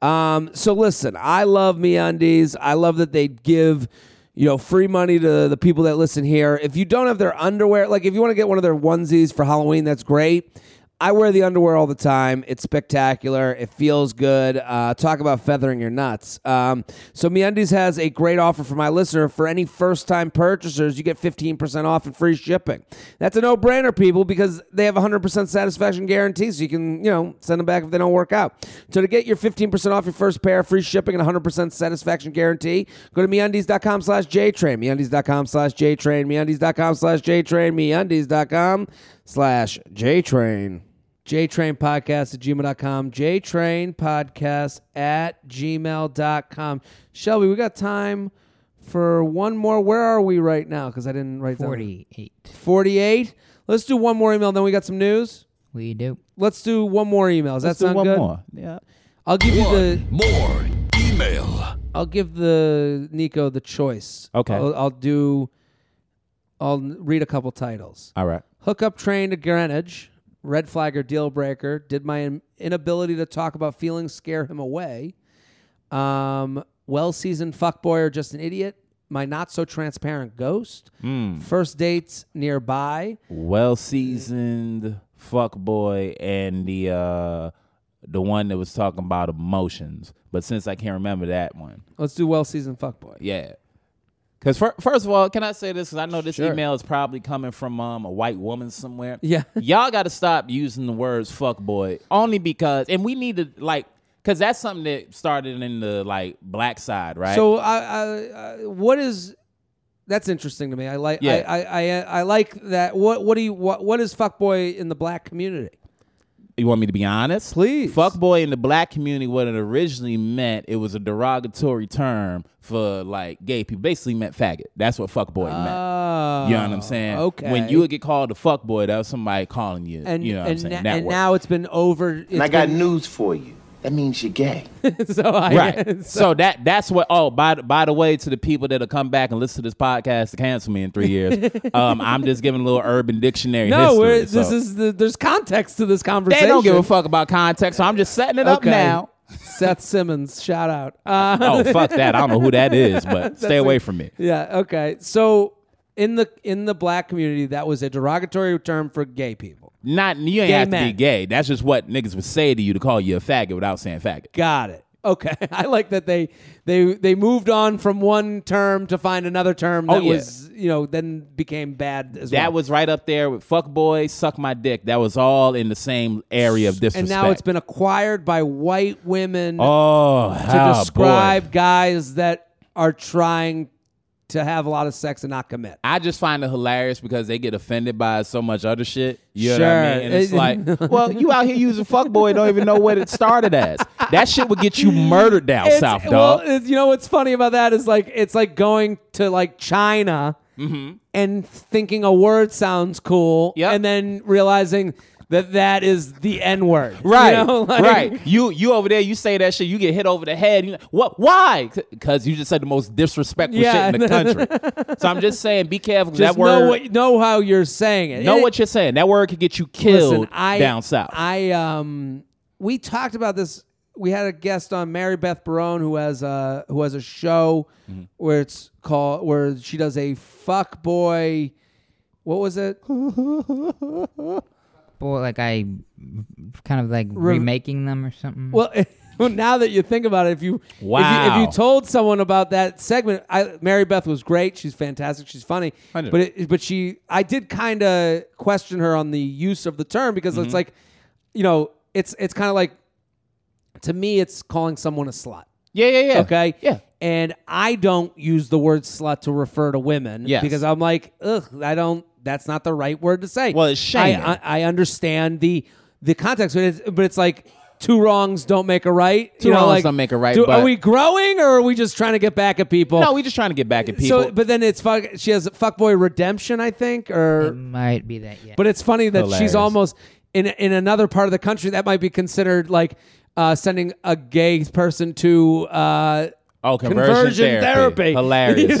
Speaker 1: Um, so listen, I love Me Undies. I love that they give you know, free money to the people that listen here. If you don't have their underwear, like if you want to get one of their onesies for Halloween, that's great. I wear the underwear all the time. It's spectacular. It feels good. Uh, talk about feathering your nuts. Um, so MeUndies has a great offer for my listener. For any first-time purchasers, you get 15% off and free shipping. That's a no-brainer, people, because they have 100% satisfaction guarantee, so you can, you know, send them back if they don't work out. So to get your 15% off your first pair, free shipping, and 100% satisfaction guarantee, go to MeUndies.com slash JTrain, MeUndies.com slash JTrain, MeUndies.com slash JTrain, MeUndies.com slash JTrain. jtrainpodcast at gmail.com. jtrainpodcast at gmail.com. Shelby, we got time for one more. Where are we right now? Because I didn't write down-
Speaker 2: 48.
Speaker 1: 48. Let's do one more email, then we got some news.
Speaker 2: We do.
Speaker 1: Let's do one more email. Does
Speaker 4: Let's
Speaker 1: that
Speaker 4: do
Speaker 1: sound
Speaker 4: one
Speaker 1: good?
Speaker 4: more. Yeah.
Speaker 1: I'll give you the
Speaker 5: More email.
Speaker 1: I'll give the Nico the choice.
Speaker 4: Okay.
Speaker 1: I'll, I'll do. I'll read a couple titles.
Speaker 4: All right.
Speaker 1: Hookup train to Greenwich. Red flag or deal breaker. Did my in- inability to talk about feelings scare him away? Um, well seasoned fuckboy or just an idiot? My not so transparent ghost.
Speaker 4: Hmm.
Speaker 1: First dates nearby.
Speaker 4: Well seasoned fuck boy and the uh the one that was talking about emotions. But since I can't remember that one.
Speaker 1: Let's do well seasoned fuckboy.
Speaker 4: Yeah. Because first of all, can I say this? Because I know this
Speaker 1: Sure.
Speaker 4: email is probably coming from um, a white woman somewhere.
Speaker 1: Yeah.
Speaker 4: Y'all got to stop using the words "fuck boy" only because, and we need to like, because that's something that started in the like black side, right?
Speaker 1: So, I, I, I, what is that's interesting to me. I like,
Speaker 4: Yeah.
Speaker 1: I, I, I, I like that. What, what do you, what, what is fuckboy in the black community?
Speaker 4: You want me to be honest?
Speaker 1: Please.
Speaker 4: Fuckboy in the black community, what it originally meant, it was a derogatory term for like gay people. Basically meant faggot. That's what fuckboy meant.
Speaker 1: Oh,
Speaker 4: You know what I'm saying?
Speaker 1: Okay.
Speaker 4: When you would get called a fuckboy, that was somebody calling you.
Speaker 1: and
Speaker 4: you know what
Speaker 1: and,
Speaker 4: I'm saying?
Speaker 1: na-
Speaker 4: That
Speaker 1: and
Speaker 4: word.
Speaker 1: now it's been over. it's
Speaker 6: And I got
Speaker 1: been-
Speaker 6: news for you. That means you're gay.
Speaker 1: so I,
Speaker 4: Right. so that that's what. Oh, by the- by the way, to the people that'll come back and listen to this podcast to cancel me in three years, um, I'm just giving a little Urban Dictionary.
Speaker 1: no,
Speaker 4: history,
Speaker 1: we're, this
Speaker 4: so.
Speaker 1: is the, there's context to this
Speaker 4: They
Speaker 1: conversation.
Speaker 4: don't give a fuck about context, so I'm just setting it up
Speaker 1: Okay.
Speaker 4: now.
Speaker 1: Seth Simmons, shout out. Uh,
Speaker 4: Oh fuck that! I don't know who that is, but stay away from me.
Speaker 1: yeah. Okay. So in the in the black community, that was a derogatory term for gay people.
Speaker 4: Not you ain't
Speaker 1: Gay
Speaker 4: have to be
Speaker 1: men.
Speaker 4: gay. That's just what niggas would say to you to call you a faggot without saying faggot.
Speaker 1: Got it. Okay, I like that they they they moved on from one term to find another term
Speaker 4: Oh,
Speaker 1: that
Speaker 4: yeah.
Speaker 1: was you know then became bad as well.
Speaker 4: That was right up there with fuck boy, suck my dick. That was all in the same area of
Speaker 1: and
Speaker 4: disrespect.
Speaker 1: now it's been acquired by white women
Speaker 4: oh
Speaker 1: to
Speaker 4: how, boy.
Speaker 1: describe guys that are trying to have a lot of sex and not commit.
Speaker 4: I just find it hilarious because they get offended by so much other shit. You know what I
Speaker 1: Sure.
Speaker 4: mean? And it's like, well, you out here using fuckboy, don't even know what it started as. That shit would get you murdered down
Speaker 1: It's-
Speaker 4: south,
Speaker 1: well,
Speaker 4: dog.
Speaker 1: it's- you know what's funny about that is like it's like going to like China and thinking a word sounds cool,
Speaker 4: Mm-hmm. Yep.
Speaker 1: and then realizing that that is the N word,
Speaker 4: right,
Speaker 1: You know, like-
Speaker 4: right. You you over there, you say that shit, you get hit over the head. You know, what? Why? Because you just said the most disrespectful
Speaker 1: Yeah.
Speaker 4: shit in the country. so I'm just saying, be careful. 'cause
Speaker 1: Just
Speaker 4: that word,
Speaker 1: know what, know how you're saying it.
Speaker 4: know
Speaker 1: It-
Speaker 4: what you're saying. That word could get you killed
Speaker 1: listen, I,
Speaker 4: down south.
Speaker 1: I um, we talked about this. We had a guest on Mary Beth Barone who has a who has a show
Speaker 4: Mm-hmm.
Speaker 1: where it's called where she does a fuck boy. What was it?
Speaker 2: Boy, like I kind of like remaking them or something.
Speaker 1: Well, well, now that you think about it, if you if you- if you,
Speaker 4: Wow.
Speaker 1: told someone about that segment, I, Mary Beth was great. She's fantastic. She's funny.
Speaker 4: know.
Speaker 1: But it, but she, I did kind of question her on the use of the term because it's like, you know, it's it's kind of like, to me, it's calling someone a slut.
Speaker 4: yeah, yeah, yeah.
Speaker 1: Okay.
Speaker 4: Yeah.
Speaker 1: And I don't use the word slut to refer to women
Speaker 4: Yes.
Speaker 1: because I'm like, ugh, I don't. That's not the right word to say.
Speaker 4: Well, it's shaming.
Speaker 1: I, I, I understand the the context, but it's, but it's like two wrongs don't make a right.
Speaker 4: Two wrongs don't make a right,
Speaker 1: do- are
Speaker 4: but-
Speaker 1: we growing or are we just trying to get back at people?
Speaker 4: No, we just trying to get back at people.
Speaker 1: So, but then it's fuck. She has fuckboy redemption, I think, or
Speaker 2: it might be that, yeah.
Speaker 1: but it's funny that she's
Speaker 4: Mm. Hilarious.
Speaker 1: almost in in another part of the country that might be considered like uh, sending a gay person to uh,
Speaker 4: Oh, conversion therapy. Hilarious.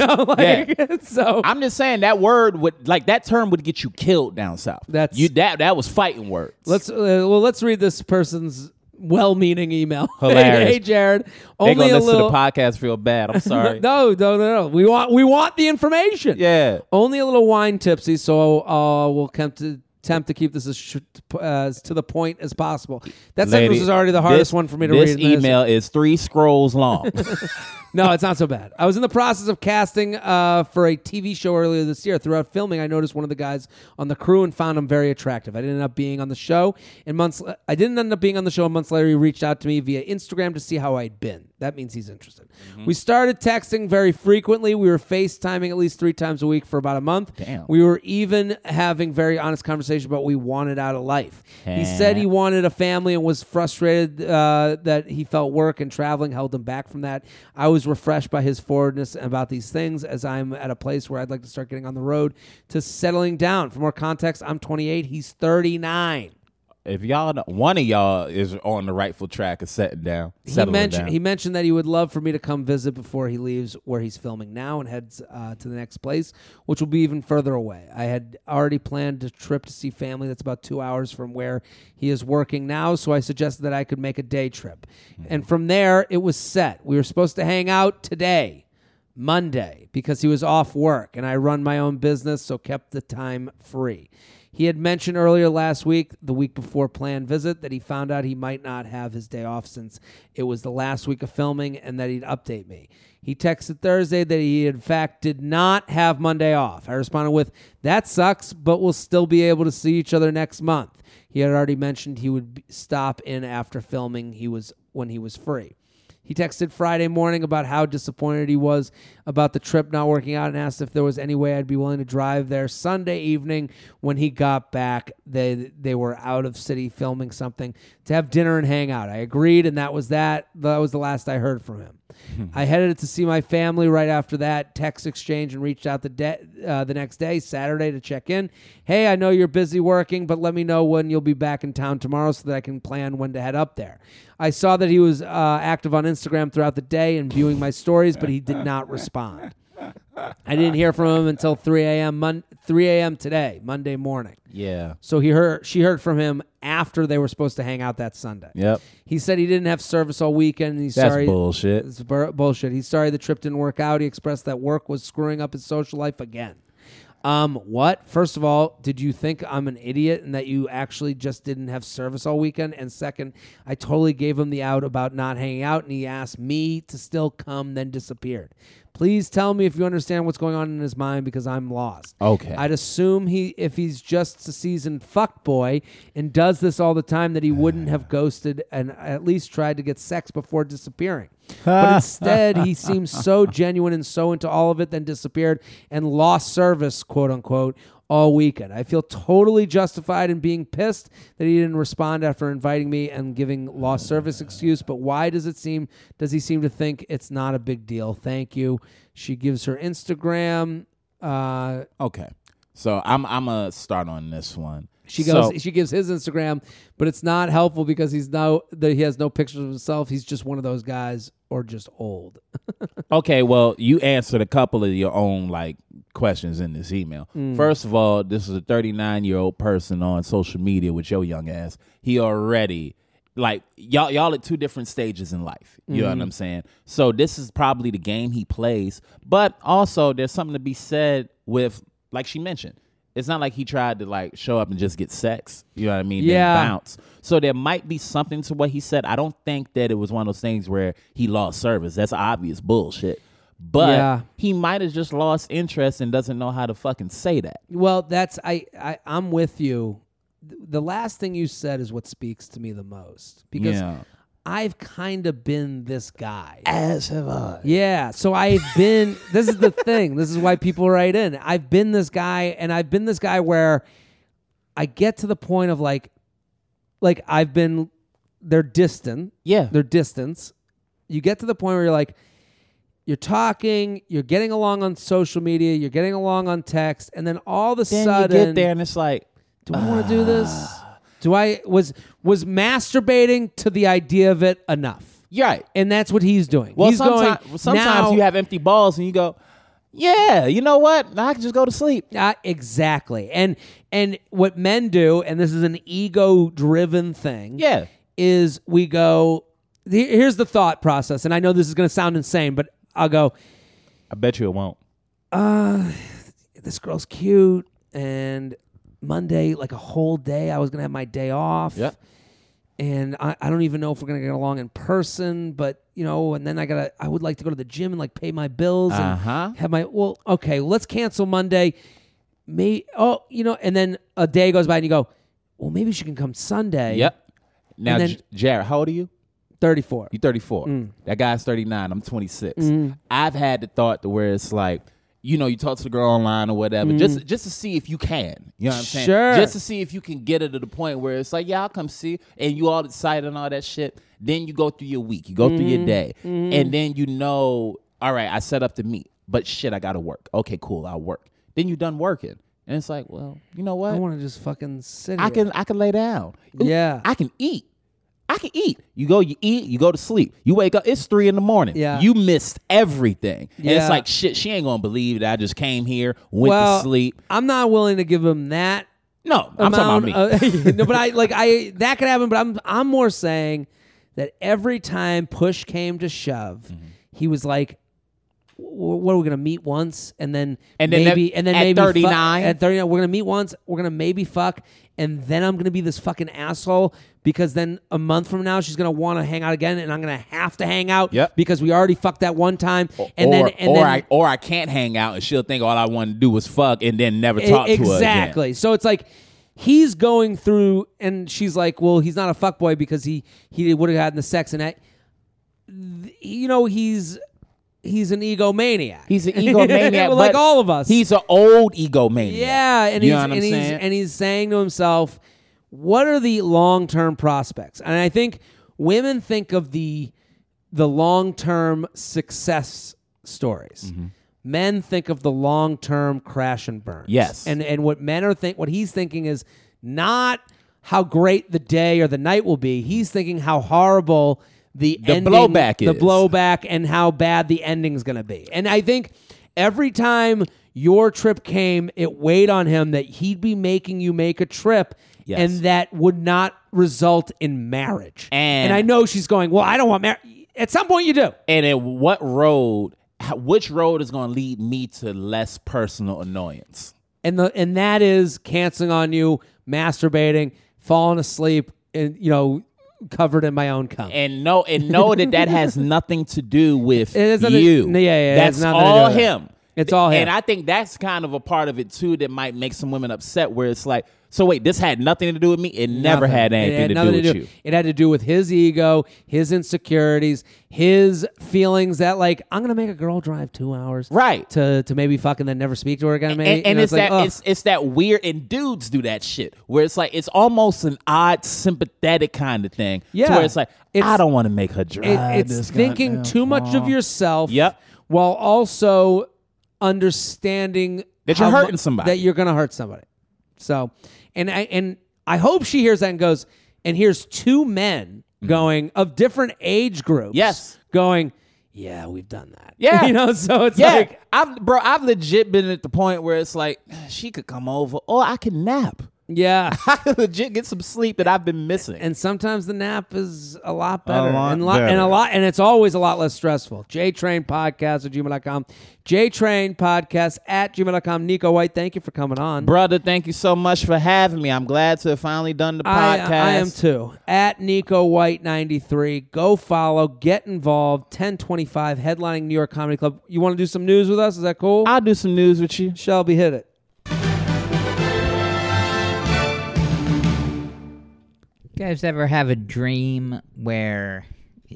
Speaker 1: You know, like, so
Speaker 4: I'm just saying that word would like that term would get you killed down south.
Speaker 1: That's-
Speaker 4: you that that was fighting words.
Speaker 1: let's uh, well let's read this person's well-meaning email.
Speaker 4: Hilarious.
Speaker 1: hey, Jared,
Speaker 4: they gonna
Speaker 1: only a
Speaker 4: listen
Speaker 1: little.
Speaker 4: to the podcast real bad. I'm sorry.
Speaker 1: no, no, no, no. We want we want the information.
Speaker 4: Yeah.
Speaker 1: Only a little wine tipsy, so uh, we'll attempt to attempt to keep this as sh- uh, as to the point as possible. That sentence
Speaker 4: Lady,
Speaker 1: was already the hardest
Speaker 4: this-
Speaker 1: one for me to read.
Speaker 4: this
Speaker 1: in the history.
Speaker 4: email is three scrolls long.
Speaker 1: No, it's not so bad. I was in the process of casting uh, for a TV show earlier this year. Throughout filming, I noticed one of the guys on the crew and found him very attractive. I didn't end up being on the show, and months I didn't end up being on the show. And months later, he reached out to me via Instagram to see how I'd been. That means he's interested. We started texting very frequently. We were FaceTiming at least three times a week for about a month.
Speaker 4: Damn.
Speaker 1: We were even having very honest conversations about what we wanted out of life. He said he wanted a family and was frustrated uh, that he felt work and traveling held him back from that. I was refreshed by his forwardness about these things as I'm at a place where I'd like to start getting on the road to settling down. For more context, I'm 28, he's 39.
Speaker 4: If y'all, don't- one of y'all is on the rightful track of setting down.
Speaker 1: He
Speaker 4: settling
Speaker 1: mentioned
Speaker 4: down.
Speaker 1: he mentioned that he would love for me to come visit before he leaves where he's filming now and heads uh, to the next place, which will be even further away. I had already planned a trip to see family that's about two hours from where he is working now, so I suggested that I could make a day trip. And from there, it was set. We were supposed to hang out today. Monday because he was off work and I run my own business, so kept the time free. He had mentioned earlier last week, the week before planned visit, that he found out he might not have his day off since it was the last week of filming and that he'd update me. He texted Thursday that he, in fact, did not have Monday off. I responded with, That sucks, but we'll still be able to see each other next month. He had already mentioned he would b- stop in after filming he was when he was free. He texted Friday morning about how disappointed he was about the trip not working out and asked if there was any way I'd be willing to drive there Sunday evening when he got back. They they were out of city filming something to have dinner and hang out. I agreed and that was that. That was the last I heard from him. I headed to see my family right after that text exchange and reached out the de- uh, the next day, Saturday, to check in. Hey, I know you're busy working, but let me know when you'll be back in town tomorrow so that I can plan when to head up there. I saw that he was uh, active on Instagram throughout the day and viewing my stories, but he did not respond. I didn't hear from him until 3 a.m. Mon- 3 a.m. today, Monday morning.
Speaker 4: yeah.
Speaker 1: So he heard she heard from him after they were supposed to hang out that Sunday.
Speaker 4: Yep.
Speaker 1: He said he didn't have service all weekend. And he's
Speaker 4: That's
Speaker 1: sorry.
Speaker 4: bullshit.
Speaker 1: It's bur- bullshit. He's sorry the trip didn't work out. He expressed that work was screwing up his social life again. Um, what? First of all, did you think I'm an idiot and that you actually just didn't have service all weekend? And second, I totally gave him the out about not hanging out, and he asked me to still come, then disappeared. Please tell me if you understand what's going on in his mind because I'm lost.
Speaker 4: Okay.
Speaker 1: I'd assume he, if he's just a seasoned fuck boy and does this all the time, that he wouldn't have ghosted and at least tried to get sex before disappearing. But instead, he seems so genuine and so into all of it, then disappeared and lost service, quote unquote, all weekend. I feel totally justified in being pissed that he didn't respond after inviting me and giving lost service excuse, but why does it seem does he seem to think it's not a big deal? Thank you. She gives her Instagram uh,
Speaker 4: Okay. So I'm I'm gonna start on this one.
Speaker 1: she
Speaker 4: So-
Speaker 1: goes. she gives his Instagram, but it's not helpful because he's no. That he has no pictures of himself. He's just one of those guys, or just old.
Speaker 4: Okay, well, you answered a couple of your own like questions in this email. First of all, this is a 39 year old person on social media with your young ass. He already like y'all y'all at two different stages in life. You know what I'm saying? So this is probably the game he plays, but also there's something to be said with like she mentioned. It's not like he tried to like show up and just get sex. You know what I mean? Then
Speaker 1: Yeah.
Speaker 4: bounce counts. So there might be something to what he said. I don't think that it was one of those things where he lost service. That's obvious bullshit. But
Speaker 1: Yeah.
Speaker 4: he might have just lost interest and doesn't know how to fucking say that.
Speaker 1: Well, that's I. I I'm with you. Th- The last thing you said is what speaks to me the most because
Speaker 4: Yeah.
Speaker 1: I've kind of been this guy. As have I. Yeah. So I've been. this is the thing. This is why people write in. I've been this guy, and I've been this guy where I get to the point of like, like I've been. They're distant.
Speaker 4: Yeah.
Speaker 1: their distance. You get to the point where you're like, you're talking, you're getting along on social media, you're getting along on text, and then all of a
Speaker 4: Then
Speaker 1: sudden,
Speaker 4: you get there and Ah. it's like,
Speaker 1: do I want to do this? Do I was was masturbating to the idea of it enough?
Speaker 4: you're right.
Speaker 1: And that's what he's doing.
Speaker 4: Well,
Speaker 1: he's
Speaker 4: sometimes,
Speaker 1: going,
Speaker 4: sometimes
Speaker 1: now,
Speaker 4: you have empty balls and you go, yeah, you know what? Now I can just go to sleep.
Speaker 1: Uh, exactly. And and what men do, and this is an ego driven thing.
Speaker 4: Yeah.
Speaker 1: Is we go he- here's the thought process, and I know this is gonna sound insane, but I'll go,
Speaker 4: I bet you it won't.
Speaker 1: uh, this girl's cute, and Monday, like a whole day, I was gonna have my day off.
Speaker 4: Yep.
Speaker 1: and I, I don't even know if we're gonna get along in person, but you know, and then I gotta I would like to go to the gym and like pay my bills and
Speaker 4: Uh-huh.
Speaker 1: have my well, okay, let's cancel Monday. May oh, you know, and then a day goes by and you go, Well, maybe she can come Sunday.
Speaker 4: Yep. Now,
Speaker 1: then-
Speaker 4: J- Jared, how old are you?
Speaker 1: Thirty four.
Speaker 4: You're 34. That guy's 39. I'm 26. I've had the thought to where it's like, you know, you talk to the girl online or whatever, just just to see if you can. You know what I'm saying?
Speaker 1: Sure.
Speaker 4: Just to see if you can get her to the point where it's like, yeah, I'll come see, and you all excited and all that shit. Then you go through your week, you go through your day, and then you know, all right, I set up to meet, but shit, I gotta work. Okay, cool, I'll work. Then you done working, and it's like, well, you know what?
Speaker 1: I wanna just fucking sit
Speaker 4: I
Speaker 1: here.
Speaker 4: can I can lay down. Ooh,
Speaker 1: Yeah.
Speaker 4: I can eat. I can eat. You go, you eat, you go to sleep. You wake up, it's three in the morning.
Speaker 1: Yeah.
Speaker 4: You missed everything. And
Speaker 1: Yeah.
Speaker 4: it's like shit, she ain't gonna believe that I just came here, went
Speaker 1: well,
Speaker 4: to sleep.
Speaker 1: I'm not willing to give him that
Speaker 4: No, I'm talking about me.
Speaker 1: amount of- uh, no, but I like I that could happen. But I'm I'm more saying that every time push came to shove,
Speaker 4: Mm-hmm.
Speaker 1: he was like, "W- "What are we gonna meet once and then
Speaker 4: And then
Speaker 1: maybe
Speaker 4: at-
Speaker 1: and then
Speaker 4: at
Speaker 1: maybe
Speaker 4: 39?
Speaker 1: fuck, at thirty nine we're gonna meet once we're gonna maybe fuck and then I'm gonna be this fucking asshole because then a month from now she's gonna want to hang out again and I'm gonna have to hang out
Speaker 4: Yep.
Speaker 1: because we already fucked that one time and
Speaker 4: or
Speaker 1: then and
Speaker 4: or
Speaker 1: then
Speaker 4: I or I can't hang out and she'll think all I want to do was fuck and then never talk
Speaker 1: E-
Speaker 4: to her. again.
Speaker 1: exactly. So it's like he's going through, and she's like, "Well, he's not a fuckboy because he he would have gotten the sex." And I, th- you know, he's he's an egomaniac.
Speaker 4: He's an egomaniac.
Speaker 1: Well, like
Speaker 4: but
Speaker 1: all of us.
Speaker 4: He's an old egomaniac.
Speaker 1: yeah, and
Speaker 4: you
Speaker 1: he's
Speaker 4: know what I'm
Speaker 1: and he's
Speaker 4: saying?
Speaker 1: and he's saying to himself, "What are the long term prospects?" And I think women think of the the long term success stories.
Speaker 4: Mm-hmm.
Speaker 1: Men think of the long term crash and burns.
Speaker 4: Yes.
Speaker 1: and and what men are think what he's thinking is not how great the day or the night will be. He's thinking how horrible the,
Speaker 4: The
Speaker 1: ending-
Speaker 4: blowback
Speaker 1: the
Speaker 4: is.
Speaker 1: blowback, and how bad the ending's going to be. And I think every time your trip came, it weighed on him that he'd be making you make a trip.
Speaker 4: Yes.
Speaker 1: And that would not result in marriage.
Speaker 4: And-
Speaker 1: I know she's going, Well, I don't want marriage. At some point, you do.
Speaker 4: and at what road how- which road is going to lead me to less personal annoyance
Speaker 1: and the and that is canceling on you, masturbating, falling asleep, and you know, covered in my own cum.
Speaker 4: and know and know that that has nothing to do with
Speaker 1: It has nothing-
Speaker 4: you
Speaker 1: yeah, yeah, it has
Speaker 4: that's
Speaker 1: nothing to do
Speaker 4: all
Speaker 1: with it.
Speaker 4: him
Speaker 1: It's all him.
Speaker 4: and i think that's kind of a part of it too that might make some women upset where it's like so wait this had nothing to do with me it never
Speaker 1: Nothing.
Speaker 4: had
Speaker 1: It
Speaker 4: anything to do
Speaker 1: nothing
Speaker 4: with you
Speaker 1: It had to do with his ego, his insecurities, his feelings that like I'm gonna make a girl drive two hours,
Speaker 4: Right.
Speaker 1: To to maybe fuck and then never speak to her again. Maybe
Speaker 4: and, and
Speaker 1: You know,
Speaker 4: it's,
Speaker 1: like,
Speaker 4: that
Speaker 1: ugh.
Speaker 4: it's, it's that weird and dudes do that shit where it's like it's almost an odd sympathetic kind of thing to
Speaker 1: Yeah.
Speaker 4: where it's like
Speaker 1: It's-
Speaker 4: i don't want to make her drive
Speaker 1: It- it's
Speaker 4: this
Speaker 1: thinking
Speaker 4: goddamn
Speaker 1: too much of
Speaker 4: car.
Speaker 1: yourself
Speaker 4: Yep.
Speaker 1: while also understanding
Speaker 4: That you're
Speaker 1: how mu-
Speaker 4: hurting somebody.
Speaker 1: that you're going to hurt somebody so and i and i hope she hears that and goes and here's two men going of different age groups
Speaker 4: Mm-hmm. Yes.
Speaker 1: going yeah we've done that
Speaker 4: Yeah.
Speaker 1: you know so it's
Speaker 4: Yeah,
Speaker 1: like
Speaker 4: I've bro, I've legit been at the point where it's like she could come over, or I could nap.
Speaker 1: yeah
Speaker 4: I could legit get some sleep that I've been missing.
Speaker 1: and sometimes the nap is a lot better.
Speaker 4: lot
Speaker 1: and, lo- and
Speaker 4: better.
Speaker 1: a lot and it's always a lot less stressful. JTrain Podcast at gmail.com. JTrain Podcast at gmail.com. Nico White, thank you for coming on.
Speaker 4: Brother, thank you so much for having me. I'm glad to have finally done the
Speaker 1: I,
Speaker 4: podcast.
Speaker 1: I am too. At Nico White 93. Go follow, get involved. 1025 headlining New York Comedy Club. You want to do some news with us? Is that cool?
Speaker 4: I'll do some news with you.
Speaker 1: Shelby hit it.
Speaker 2: You guys ever have a dream where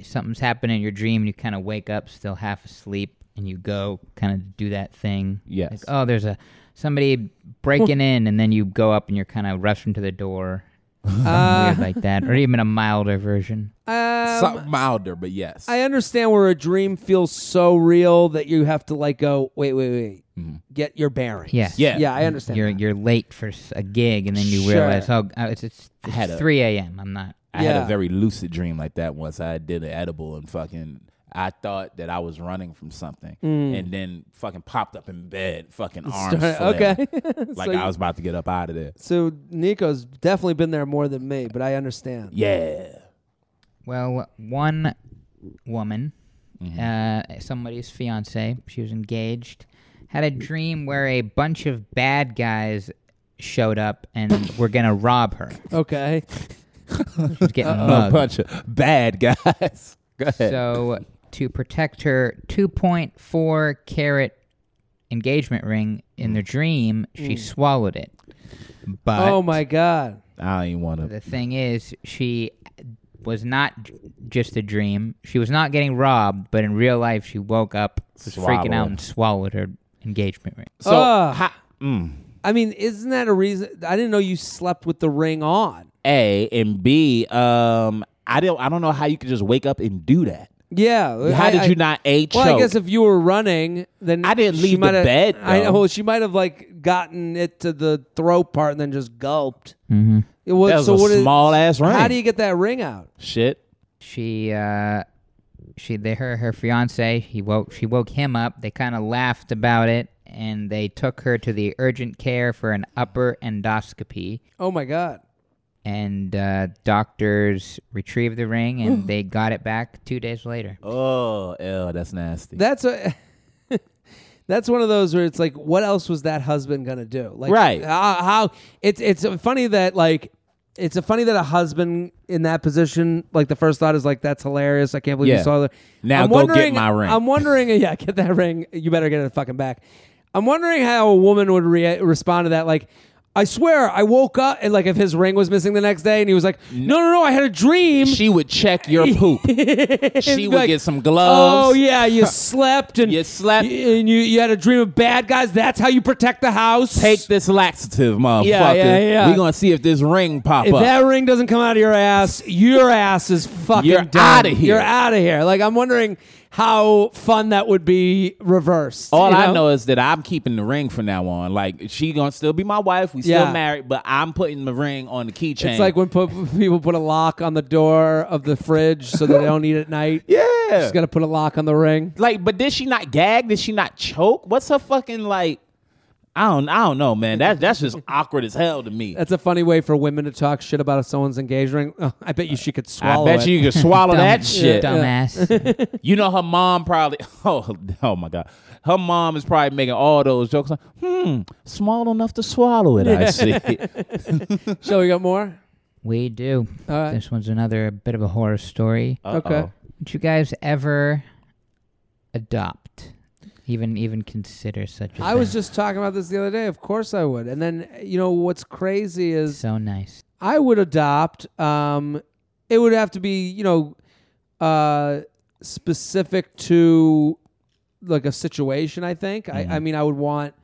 Speaker 2: something's happened in your dream and you kind of wake up still half asleep and you go kind of do that thing?
Speaker 4: Yes.
Speaker 2: Like, oh, there's a somebody breaking in, and then you go up and you're kind of rushing to the door. Something
Speaker 4: Uh.
Speaker 2: weird like that, or even a milder version.
Speaker 4: Something milder, but yes.
Speaker 1: Um, I understand where a dream feels so real that you have to like go, wait, wait, wait. Get your bearings.
Speaker 2: Yeah.
Speaker 4: Yeah.
Speaker 1: Yeah, I understand.
Speaker 2: You're
Speaker 1: that.
Speaker 2: you're late for s- a gig, and then you
Speaker 1: Sure.
Speaker 2: realize, oh, uh, it's it's, it's
Speaker 4: had a-
Speaker 2: 3 a.m. I'm not.
Speaker 4: I had
Speaker 1: Yeah.
Speaker 4: a very lucid dream like that once. I did an edible and fucking I thought that I was running from something and then fucking popped up in bed, fucking arms
Speaker 1: Mm. okay.
Speaker 4: flailing, like
Speaker 1: So you-
Speaker 4: I was about to get up out of there.
Speaker 1: So Nico's definitely been there more than me, but I understand.
Speaker 4: Yeah.
Speaker 2: Well, one woman, uh, somebody's fiance, she was engaged, had a dream where a bunch of bad guys showed up and were gonna rob her.
Speaker 1: Okay.
Speaker 2: She's getting
Speaker 4: a
Speaker 2: mugged.
Speaker 4: bunch of bad guys. Go ahead.
Speaker 2: So to protect her 2.4 carat engagement ring in the dream, she swallowed it. But
Speaker 1: oh my god.
Speaker 4: I ain't want to.
Speaker 2: the thing is, she was not j- just a dream. She was not getting robbed, but in real life, she woke up, was
Speaker 4: Swallowed.
Speaker 2: freaking out, and swallowed her engagement ring.
Speaker 4: So
Speaker 1: Ugh.
Speaker 4: ha-
Speaker 1: I mean, isn't that a reason? I didn't know you slept with the ring on.
Speaker 4: A and B. Um, I don't. I don't know how you could just wake up and do that.
Speaker 1: Yeah.
Speaker 4: How
Speaker 1: I-
Speaker 4: did
Speaker 1: I-
Speaker 4: you not a
Speaker 1: Well, I guess
Speaker 4: choke?
Speaker 1: if you were running, then
Speaker 4: I didn't
Speaker 1: she
Speaker 4: leave the
Speaker 1: might have-
Speaker 4: bed,
Speaker 1: I know.
Speaker 4: though.
Speaker 1: Well, she might have like gotten it to the throat part and then just gulped. Mm-hmm. It was,
Speaker 4: That was
Speaker 1: so
Speaker 4: a
Speaker 1: what is-
Speaker 4: small ass ring.
Speaker 1: How do you get that ring out?
Speaker 4: Shit.
Speaker 2: she uh she they her her fiance he woke she woke him up they kind of laughed about it and they took her to the urgent care for an upper endoscopy
Speaker 1: Oh my god.
Speaker 2: and uh, doctors retrieved the ring and they got it back two days later
Speaker 4: Oh, ew, that's nasty.
Speaker 1: That's a. That's one of those where it's like, what else was that husband gonna do? Like,
Speaker 4: Right.
Speaker 1: How, how it's it's funny that like, it's a funny that a husband in that position, like the first thought is like, that's hilarious. I can't believe
Speaker 4: Yeah.
Speaker 1: you saw that.
Speaker 4: Now
Speaker 1: I'm
Speaker 4: go get
Speaker 1: wondering-
Speaker 4: my ring.
Speaker 1: I'm wondering, yeah, get that ring. You better get it fucking back. I'm wondering how a woman would rea respond to that. Like, I swear, I woke up and like if his ring was missing the next day, and he was like, no, no, no, I had a dream.
Speaker 4: she would check your poop. she
Speaker 1: be
Speaker 4: would
Speaker 1: like,
Speaker 4: get some gloves.
Speaker 1: Oh yeah, you slept and
Speaker 4: You slept.
Speaker 1: and you you had a dream of bad guys. That's how you protect the house.
Speaker 4: Take this laxative, motherfucker.
Speaker 1: Yeah, yeah, yeah.
Speaker 4: We gonna see if this ring pop
Speaker 1: if
Speaker 4: up.
Speaker 1: that ring doesn't come out of your ass, your ass is fucking
Speaker 4: You're
Speaker 1: done.
Speaker 4: outta here.
Speaker 1: You're out of here. Like I'm wondering how fun that would be reversed.
Speaker 4: All
Speaker 1: you
Speaker 4: I know is that I'm keeping the ring from now on. Like she gonna still be my wife. We
Speaker 1: Yeah.
Speaker 4: still married, but I'm putting the ring on the keychain.
Speaker 1: It's like when put, people put a lock on the door of the fridge so that they don't eat at night.
Speaker 4: yeah,
Speaker 1: Just got to put a lock on the ring.
Speaker 4: like. But did she not gag? Did she not choke? What's her fucking like? I don't. I don't know, man. That that's just awkward as hell to me.
Speaker 1: That's a funny way for women to talk shit about someone's engaged ring. Oh, I bet you she could
Speaker 4: I
Speaker 1: swallow
Speaker 4: bet
Speaker 1: it.
Speaker 4: you could swallow that shit.
Speaker 2: dumbass
Speaker 4: You know her mom probably. Oh, oh my god, her mom is probably making all those jokes. Like, hmm, small enough to swallow it. I see.
Speaker 1: So we got more?
Speaker 2: we do
Speaker 1: right.
Speaker 2: this one's another bit of a horror story
Speaker 1: Okay.
Speaker 2: would you guys ever adopt even even consider such a
Speaker 1: I
Speaker 2: thing?
Speaker 1: was just talking about this the other day. Of course I would. And then you know what's crazy is
Speaker 2: so nice
Speaker 1: I would adopt. Um, it would have to be you know uh, specific to like a situation. I think. I,
Speaker 4: Mm-hmm.
Speaker 1: I mean, I would want,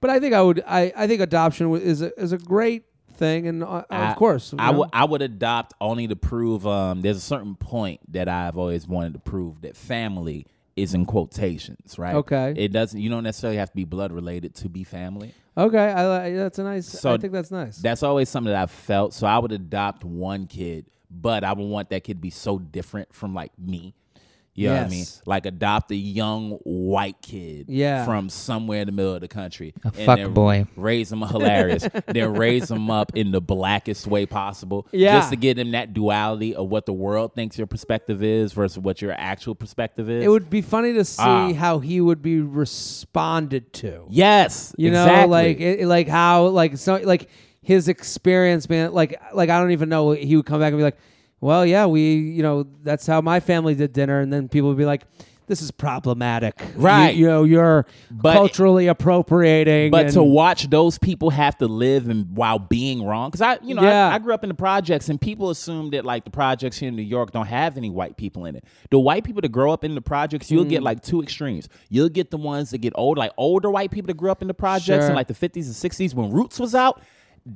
Speaker 1: but I think I would. I, I think adoption w- is a is a great thing, and uh,
Speaker 4: I-
Speaker 1: of course,
Speaker 4: I would I would adopt only to prove um there's a certain point that I've always wanted to prove that family is in quotations, right?
Speaker 1: Okay.
Speaker 4: It doesn't you don't necessarily have to be blood related to be family.
Speaker 1: Okay, I, li- that's a nice.
Speaker 4: So
Speaker 1: I think that's nice.
Speaker 4: That's always something that I've felt. So I would adopt one kid, but I would want that kid to be so different from like me. You know what I mean?
Speaker 1: Yes.
Speaker 4: Like adopt a young white kid
Speaker 1: Yeah.
Speaker 4: from somewhere in the middle of the country. A
Speaker 2: fuck boy.
Speaker 4: Raise them hilarious. then raise them up in the blackest way possible.
Speaker 1: Yeah.
Speaker 4: Just to give them that duality of what the world thinks your perspective is versus what your actual perspective is.
Speaker 1: it would be funny to see
Speaker 4: Ah.
Speaker 1: how he would be responded to.
Speaker 4: Yes.
Speaker 1: You
Speaker 4: exactly.
Speaker 1: know, like it, it- like how like so like his experience being like like I don't even know he would come back and be like, well, yeah, we you know that's how my family did dinner, and then people would be like, this is problematic, You-
Speaker 4: Right.
Speaker 1: You, know, you're
Speaker 4: But-
Speaker 1: culturally appropriating,
Speaker 4: But
Speaker 1: and-
Speaker 4: to watch those people have to live and while being wrong, because I, you know,
Speaker 1: Yeah.
Speaker 4: I, I grew up in the projects, and people assume that like the projects here in New York don't have any white people in it. The white people that grow up in the projects, you'll
Speaker 1: Mm.
Speaker 4: get like two extremes. You'll get the ones that get old, like older white people that grew up in the projects
Speaker 1: Sure.
Speaker 4: in like the fifties and sixties when Roots was out.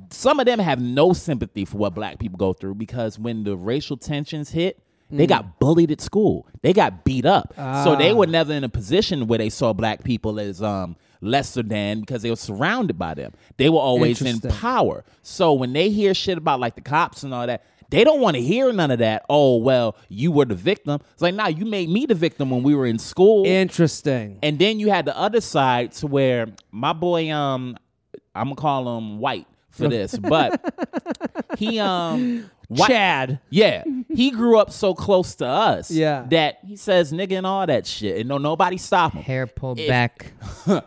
Speaker 4: Some of them have no sympathy for what black people go through because when the racial tensions hit.
Speaker 1: Mm.
Speaker 4: They got bullied at school. They got beat up. So
Speaker 1: Ah.
Speaker 4: they were never in a position where they saw black people as um, lesser than because they were surrounded by them. They were always in
Speaker 1: Interesting.
Speaker 4: power. So when they hear shit about like the cops and all that, they don't want to hear none of that. Oh, well, you were the victim. It's like, nah, you made me the victim when we were in school.
Speaker 1: interesting.
Speaker 4: And then you had the other side to where my boy, um, I'm gonna call him white for this, but he um Whi-
Speaker 1: Chad,
Speaker 4: yeah, he grew up so close to us.
Speaker 1: Yeah.
Speaker 4: that he says nigga and all that shit, and no nobody stop him.
Speaker 2: hair pulled
Speaker 4: If-
Speaker 2: back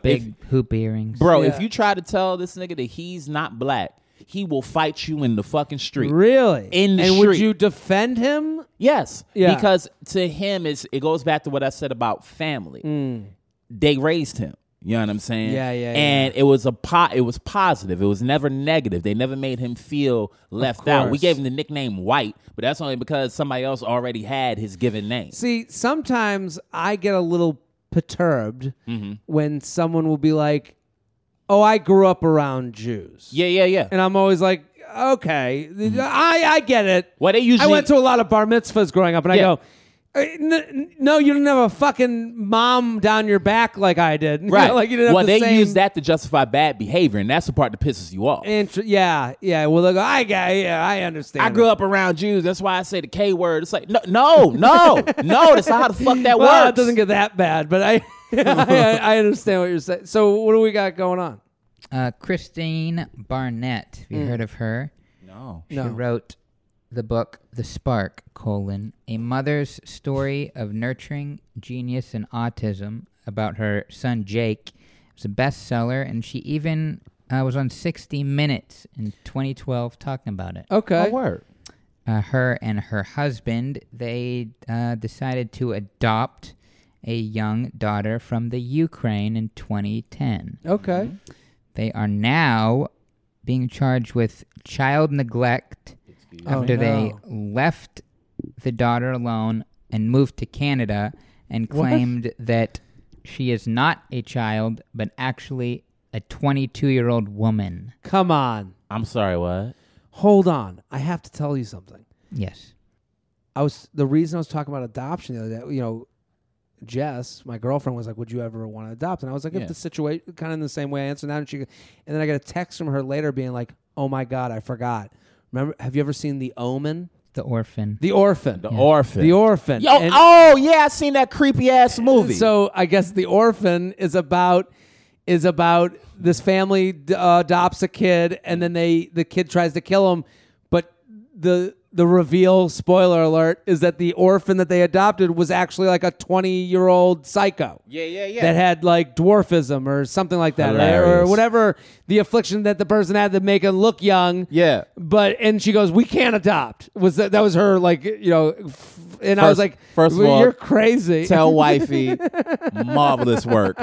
Speaker 2: big hoop earrings
Speaker 4: Bro,
Speaker 1: Yeah.
Speaker 4: if you try to tell this nigga that he's not black, he will fight you in the fucking street.
Speaker 1: Really?
Speaker 4: In the
Speaker 1: and would
Speaker 4: street.
Speaker 1: you defend him?
Speaker 4: Yes,
Speaker 1: Yeah.
Speaker 4: because to him, it's, it goes back to what I said about family. They raised him. You know what I'm saying?
Speaker 1: Mm. Yeah, yeah, yeah.
Speaker 4: And it was a po- it was positive. It was never negative. They never made him feel left out. We
Speaker 1: course.
Speaker 4: gave him the nickname White, but that's only because somebody else already had his given name.
Speaker 1: See, sometimes I get a little perturbed
Speaker 4: Mm-hmm.
Speaker 1: when someone will be like, "Oh, I grew up around Jews."
Speaker 4: Yeah, yeah, yeah.
Speaker 1: And I'm always like, "Okay, I I get it."
Speaker 4: Well, they usually
Speaker 1: I went to a lot of bar mitzvahs growing up, and
Speaker 4: Yeah.
Speaker 1: I go. "Uh, "N- n- No, you didn't have a fucking mom down your back like I did. You know,
Speaker 4: right.
Speaker 1: like you didn't have
Speaker 4: well,
Speaker 1: the
Speaker 4: they
Speaker 1: same
Speaker 4: use that to justify bad behavior, and that's the part that pisses you off.
Speaker 1: Intr- yeah, yeah. Well, they go, I got, yeah, I understand.
Speaker 4: I grew up around Jews. That's why I say the K word. It's like no, no, no, no. That's not how the fuck that
Speaker 1: Well,
Speaker 4: works.
Speaker 1: it doesn't get that bad, but I, I, I understand what you're saying. So, what do we got going on?
Speaker 2: Uh, Christine Barnett. Have you heard of her?
Speaker 4: no.
Speaker 2: She wrote the book The Spark, colon, a mother's story of nurturing genius and autism about her son Jake. It was a bestseller, and she even uh, was on 60 Minutes in 2012 talking about it.
Speaker 1: Okay.
Speaker 4: word.
Speaker 2: Uh, her and her husband, they uh, decided to adopt a young daughter from the Ukraine in 2010.
Speaker 1: Okay.
Speaker 2: They are now being charged with child neglect
Speaker 1: Oh,
Speaker 2: after they
Speaker 1: no.
Speaker 2: left the daughter alone and moved to Canada and claimed that she is not a child but actually a 22 year old woman.
Speaker 1: Come on.
Speaker 4: I'm sorry. What?
Speaker 1: Hold on. I have to tell you something.
Speaker 2: Yes.
Speaker 1: I was the reason I was talking about adoption the other day. You know, Jess, my girlfriend, was like, "Would you ever want to adopt?" And I was like,
Speaker 4: Yeah.
Speaker 1: "If the situation kind of in the same way I answered that," and she, and then I got a text from her later being like, "Oh my god, I forgot. Remember? Have you ever seen The Omen?
Speaker 2: The orphan.
Speaker 1: The Orphan?
Speaker 4: The orphan.
Speaker 1: The Orphan?
Speaker 4: Yo,
Speaker 1: And-
Speaker 4: oh yeah, I seen that creepy ass movie.
Speaker 1: So I guess the orphan is about is about this family d- uh, adopts a kid and then they the kid tries to kill him, but the the reveal spoiler alert is that the orphan that they adopted was actually like a twenty year old psycho.
Speaker 4: Yeah, yeah, yeah.
Speaker 1: That had like dwarfism or something like that, right? or
Speaker 4: Hilarious.
Speaker 1: whatever the affliction that the person had that make him look young.
Speaker 4: yeah,
Speaker 1: But and she goes, we can't adopt. Was that that was her like you know? F- and I was
Speaker 4: First-
Speaker 1: like,
Speaker 4: first of
Speaker 1: "Well,
Speaker 4: all,
Speaker 1: you're crazy.
Speaker 4: tell wifey, marvelous work.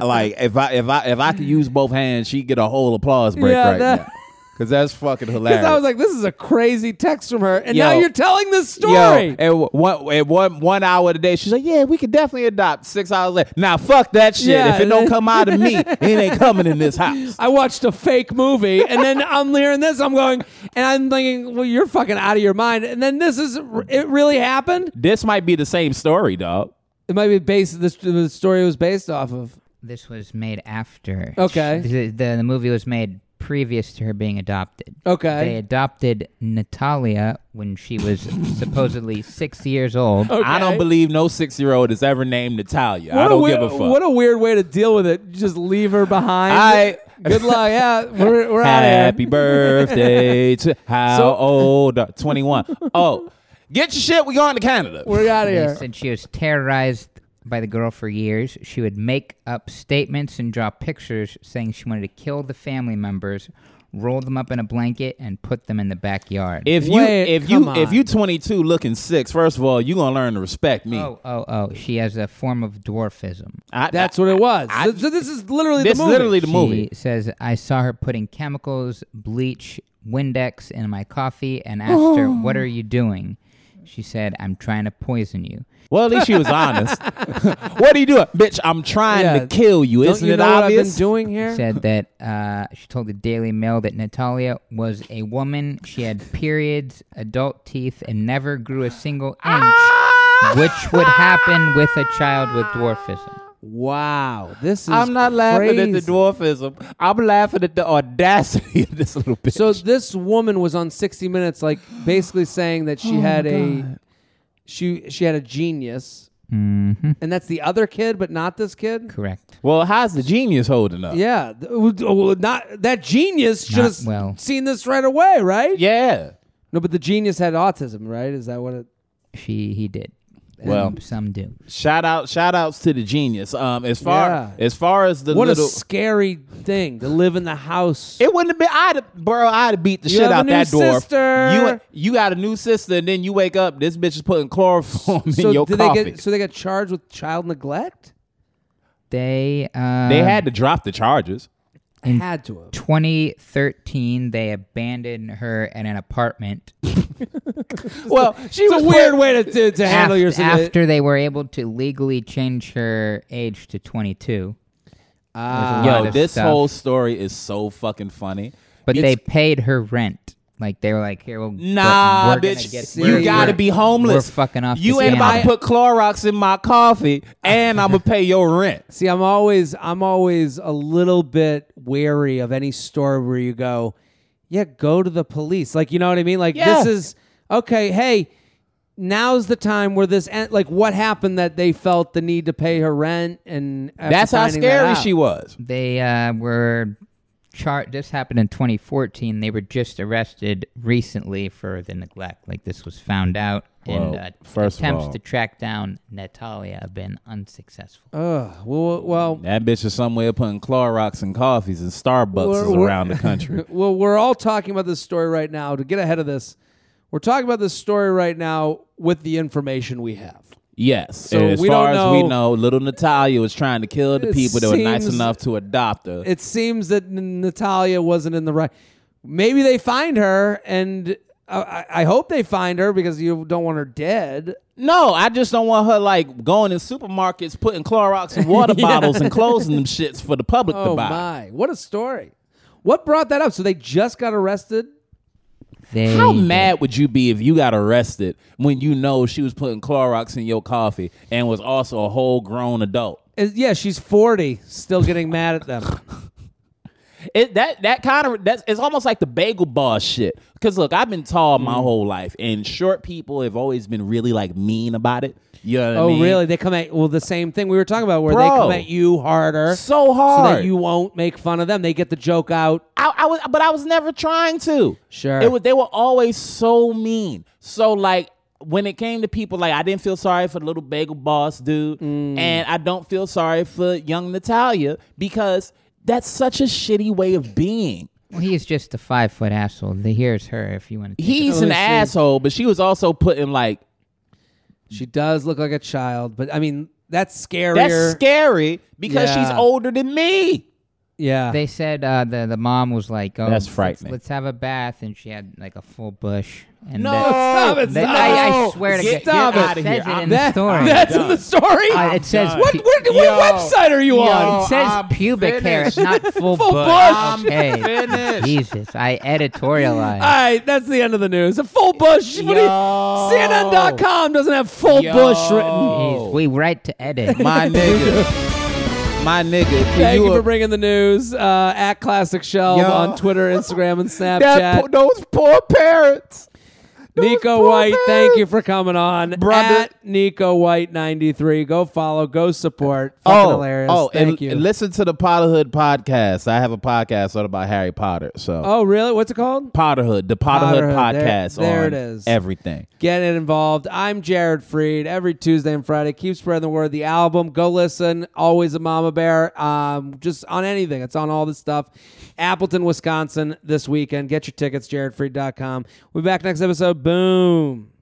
Speaker 4: Like if I if I if I could use both hands, she'd get a whole applause break
Speaker 1: Yeah,
Speaker 4: right
Speaker 1: that-
Speaker 4: now. Cause that's fucking hilarious.
Speaker 1: Because I was like, this is a crazy text from her. And
Speaker 4: Yo.
Speaker 1: now you're telling this
Speaker 4: Yo,
Speaker 1: story.
Speaker 4: at one, at one one hour a day, she's like, "Yeah, we could definitely adopt." Six hours later, now nah, fuck that shit.
Speaker 1: Yeah.
Speaker 4: If it don't come out of me, it ain't coming in this house.
Speaker 1: I watched a fake movie and then I'm hearing this. I'm going, and I'm thinking, well, you're fucking out of your mind. And then this is, it really happened?
Speaker 4: This might be the same story, dog.
Speaker 1: It might be based, this, the story was based off of.
Speaker 2: This was made after.
Speaker 1: Okay.
Speaker 2: She- the, the, the movie was made previous to her being adopted.
Speaker 1: Okay.
Speaker 2: They adopted Natalia when she was supposedly six years old.
Speaker 4: I
Speaker 1: Okay.
Speaker 4: don't believe no six year old is ever named Natalia.
Speaker 1: What
Speaker 4: I
Speaker 1: a
Speaker 4: don't
Speaker 1: weird-
Speaker 4: give a fuck.
Speaker 1: What a weird way to deal with it. Just leave her behind.
Speaker 4: I-
Speaker 1: Good luck. Yeah, we're, we're out of here.
Speaker 4: Happy birthday to how
Speaker 1: So-
Speaker 4: old? are- 21. Oh, get your shit. We going to Canada.
Speaker 1: We're out of
Speaker 2: They
Speaker 1: here.
Speaker 2: said she was terrorized by the girl for years. She would make up statements and draw pictures saying she wanted to kill the family members, roll them up in a blanket, and put them in the backyard.
Speaker 4: if you
Speaker 1: Wait,
Speaker 4: if
Speaker 1: come
Speaker 4: you if you
Speaker 1: on.
Speaker 4: 22 looking six, first of all, you gonna learn to respect me.
Speaker 2: oh, oh, oh. She has a form of dwarfism.
Speaker 4: I-
Speaker 1: That's
Speaker 4: I-
Speaker 1: what it was.
Speaker 4: I-
Speaker 1: so, so this is literally
Speaker 4: This
Speaker 1: the movie.
Speaker 4: literally the
Speaker 2: she
Speaker 4: movie.
Speaker 2: says, I saw her putting chemicals, bleach, Windex in my coffee and asked her, What are you doing? She said, I'm trying to poison you.
Speaker 4: Well, at least she was honest. what are you doing, bitch? I'm trying
Speaker 1: Yeah.
Speaker 4: to kill you.
Speaker 1: Don't
Speaker 4: Isn't
Speaker 1: you
Speaker 4: it
Speaker 1: know what I've
Speaker 4: obvious?
Speaker 1: been doing here?
Speaker 2: said that uh, she told the Daily Mail that Natalia was a woman. She had periods, adult teeth, and never grew a single inch,
Speaker 4: Ah!
Speaker 2: which would happen with a child with dwarfism.
Speaker 1: Wow, this is
Speaker 4: I'm not laughing at the
Speaker 1: crazy.
Speaker 4: dwarfism. I'm laughing at the audacity of this little bitch.
Speaker 1: So this woman was on 60 Minutes, like basically saying that
Speaker 4: Oh
Speaker 1: she had a she she had a genius,
Speaker 2: Mm-hmm.
Speaker 1: and that's the other kid, but not this kid.
Speaker 2: Correct.
Speaker 4: well, how's the genius holding up?
Speaker 1: Yeah, th- w- d- w- not that genius should
Speaker 2: Not
Speaker 1: have
Speaker 2: well.
Speaker 1: seen this right away, right?
Speaker 4: Yeah.
Speaker 1: No, but the genius had autism, right? Is that what it?
Speaker 2: She he did. Um,
Speaker 4: Well.
Speaker 2: some do.
Speaker 4: Shout out, shout outs to the genius. Um, as far
Speaker 1: Yeah.
Speaker 4: as far as the
Speaker 1: What
Speaker 4: little,
Speaker 1: a scary thing to live in the house.
Speaker 4: It wouldn't have been. I'd have, bro. I'd have beat the
Speaker 1: You
Speaker 4: shit
Speaker 1: have a
Speaker 4: out
Speaker 1: new
Speaker 4: that door.
Speaker 1: sister.
Speaker 4: You you got a new sister, and then you wake up. This bitch is putting chloroform in your
Speaker 1: did
Speaker 4: coffee.
Speaker 1: they get so they got charged with child neglect?
Speaker 2: They uh,
Speaker 4: they had to drop the charges.
Speaker 1: Had to have.
Speaker 2: 2013. They abandoned her at an apartment
Speaker 4: Well, she
Speaker 1: It's
Speaker 4: was
Speaker 1: a weird
Speaker 4: put-
Speaker 1: way to, to, to handle
Speaker 2: af-
Speaker 1: your situation.
Speaker 2: after they were able to legally change her age to 22. Ah,
Speaker 4: Yo, this whole story is so fucking funny.
Speaker 2: But
Speaker 4: It's-
Speaker 2: they paid her rent. Like they were like, here, we'll
Speaker 4: Nah,
Speaker 2: we're gonna
Speaker 4: bitch.
Speaker 2: get-
Speaker 1: you
Speaker 2: we're-
Speaker 1: gotta
Speaker 2: we're-
Speaker 4: be homeless.
Speaker 2: We're fucking off.
Speaker 4: You
Speaker 2: the
Speaker 4: ain't about to
Speaker 2: scandal."
Speaker 4: put Clorox in my coffee, and I'm gonna pay your rent.
Speaker 1: See, I'm always I'm always a little bit wary of any store where you go, yeah, go to the police. Like, you know what I mean? Like
Speaker 4: Yeah.
Speaker 1: this is okay, hey, now's the time where this en- like what happened that they felt the need to pay her rent and after
Speaker 4: That's how
Speaker 1: finding that
Speaker 4: scary
Speaker 1: out.
Speaker 4: she was.
Speaker 2: They uh, were charged. This happened in 2014. They were just arrested recently for the neglect. Like this was found out. and
Speaker 4: Well,
Speaker 2: uh,
Speaker 4: first of
Speaker 2: attempts
Speaker 4: all-
Speaker 2: to track down Natalia have been unsuccessful.
Speaker 4: Uh,
Speaker 1: Ugh, well well
Speaker 4: That bitch is somewhere putting Clorox and coffees and Starbucks
Speaker 1: We're-
Speaker 4: is
Speaker 1: we're-
Speaker 4: around the country.
Speaker 1: well, we're all talking about this story right now. To get ahead of this, we're talking about this story right now with the information we have.
Speaker 4: Yes.
Speaker 1: So
Speaker 4: and as
Speaker 1: we
Speaker 4: far
Speaker 1: don't
Speaker 4: as we
Speaker 1: know-
Speaker 4: know, little Natalia was trying to kill the
Speaker 1: It
Speaker 4: people that were nice
Speaker 1: seems-
Speaker 4: enough to adopt her.
Speaker 1: It seems that N- Natalia wasn't in the right. Maybe they find her, and I- I, I hope they find her because you don't want her dead.
Speaker 4: no, I just don't want her like going in supermarkets, putting Clorox and water bottles and closing them shits for the public
Speaker 1: Oh
Speaker 4: to buy.
Speaker 1: my! What a story. What brought that up? So they just got arrested.
Speaker 2: They
Speaker 4: How mad would you be if you got arrested when you know she was putting Clorox in your coffee and was also a whole grown adult?
Speaker 1: Is- Yeah, she's forty, still getting mad at them.
Speaker 4: It that that kind of that's it's almost like the bagel boss shit. Cause look, I've been tall
Speaker 1: Mm.
Speaker 4: my whole life, and short people have always been really like mean about it. You know what I
Speaker 1: Oh,
Speaker 4: mean?
Speaker 1: really? They come at well the same thing we were talking about, where they
Speaker 4: Bro.
Speaker 1: come at you harder, so
Speaker 4: So
Speaker 1: that
Speaker 4: hard.
Speaker 1: you won't make fun of them. They get the joke out.
Speaker 4: I, I was, but I was never trying to.
Speaker 1: Sure.
Speaker 4: It was, they were always so mean. So like when it came to people, like I didn't feel sorry for the little bagel boss dude,
Speaker 1: Mm.
Speaker 4: and I don't feel sorry for young Natalia because that's such a shitty way of being.
Speaker 2: Well, he is just a five foot asshole. The- Here's her if you want to.
Speaker 4: He's
Speaker 1: Oh,
Speaker 4: an
Speaker 1: I see.
Speaker 4: asshole, but she was also putting like
Speaker 1: She does look like a child, but I mean that's scarier.
Speaker 4: that's scary because she's
Speaker 1: Yeah.
Speaker 4: older than me.
Speaker 1: yeah.
Speaker 2: They said uh, the the mom was like, "Oh,
Speaker 4: That's
Speaker 2: let's-
Speaker 4: frightening.
Speaker 2: Let's, have a bath,w, and she had like a full bush. And
Speaker 4: No,
Speaker 2: that-
Speaker 1: Stop it,
Speaker 2: that-
Speaker 1: stop
Speaker 2: I, I
Speaker 1: it.
Speaker 2: swear to God,
Speaker 4: Get- get
Speaker 2: it
Speaker 4: outta
Speaker 2: says
Speaker 4: here.
Speaker 2: it
Speaker 4: I'm
Speaker 2: in the
Speaker 1: That-
Speaker 2: story.
Speaker 1: That's in the story.
Speaker 2: Uh, it says
Speaker 1: what?
Speaker 2: pu-
Speaker 1: What, what website are you on?
Speaker 2: it says pubic hair. It's not full,
Speaker 1: Full
Speaker 2: bush.
Speaker 1: bush.
Speaker 2: Okay. Jesus, I
Speaker 1: All
Speaker 2: editorialized.
Speaker 1: right, that's the end of the news. A full bush. What do you- CNN.com doesn't have full
Speaker 4: Yo.
Speaker 1: bush written.
Speaker 2: Jeez, we right to edit.
Speaker 4: My nigga, my nigga. can
Speaker 1: Thank you
Speaker 4: a-
Speaker 1: for bringing the news uh, at Classic Shelf
Speaker 4: Yo.
Speaker 1: on Twitter, Instagram, and Snapchat.
Speaker 4: that, po- those poor parents.
Speaker 1: Nico
Speaker 4: poor
Speaker 1: White, thank
Speaker 4: man.
Speaker 1: you for coming on.
Speaker 4: Brother.
Speaker 1: At Nico White ninety three, go follow, go support. Fucking
Speaker 4: Oh,
Speaker 1: hilarious.
Speaker 4: oh,
Speaker 1: thank
Speaker 4: and,
Speaker 1: you.
Speaker 4: and listen to the Potterhood podcast. I have a podcast all about Harry Potter. So
Speaker 1: oh, really? What's it called?
Speaker 4: Potterhood, the Potterhood,
Speaker 1: Potterhood, there-
Speaker 4: podcast.
Speaker 1: there
Speaker 4: on
Speaker 1: it is.
Speaker 4: Everything.
Speaker 1: Get it involved. I'm Jared Freed. Every Tuesday and Friday, keep spreading the word. The album, go listen. Always a Mama Bear. Um, just on anything. It's on all this stuff. Appleton, Wisconsin, this weekend. Get your tickets. JaredFreed.com. We'll be back next episode. Boom.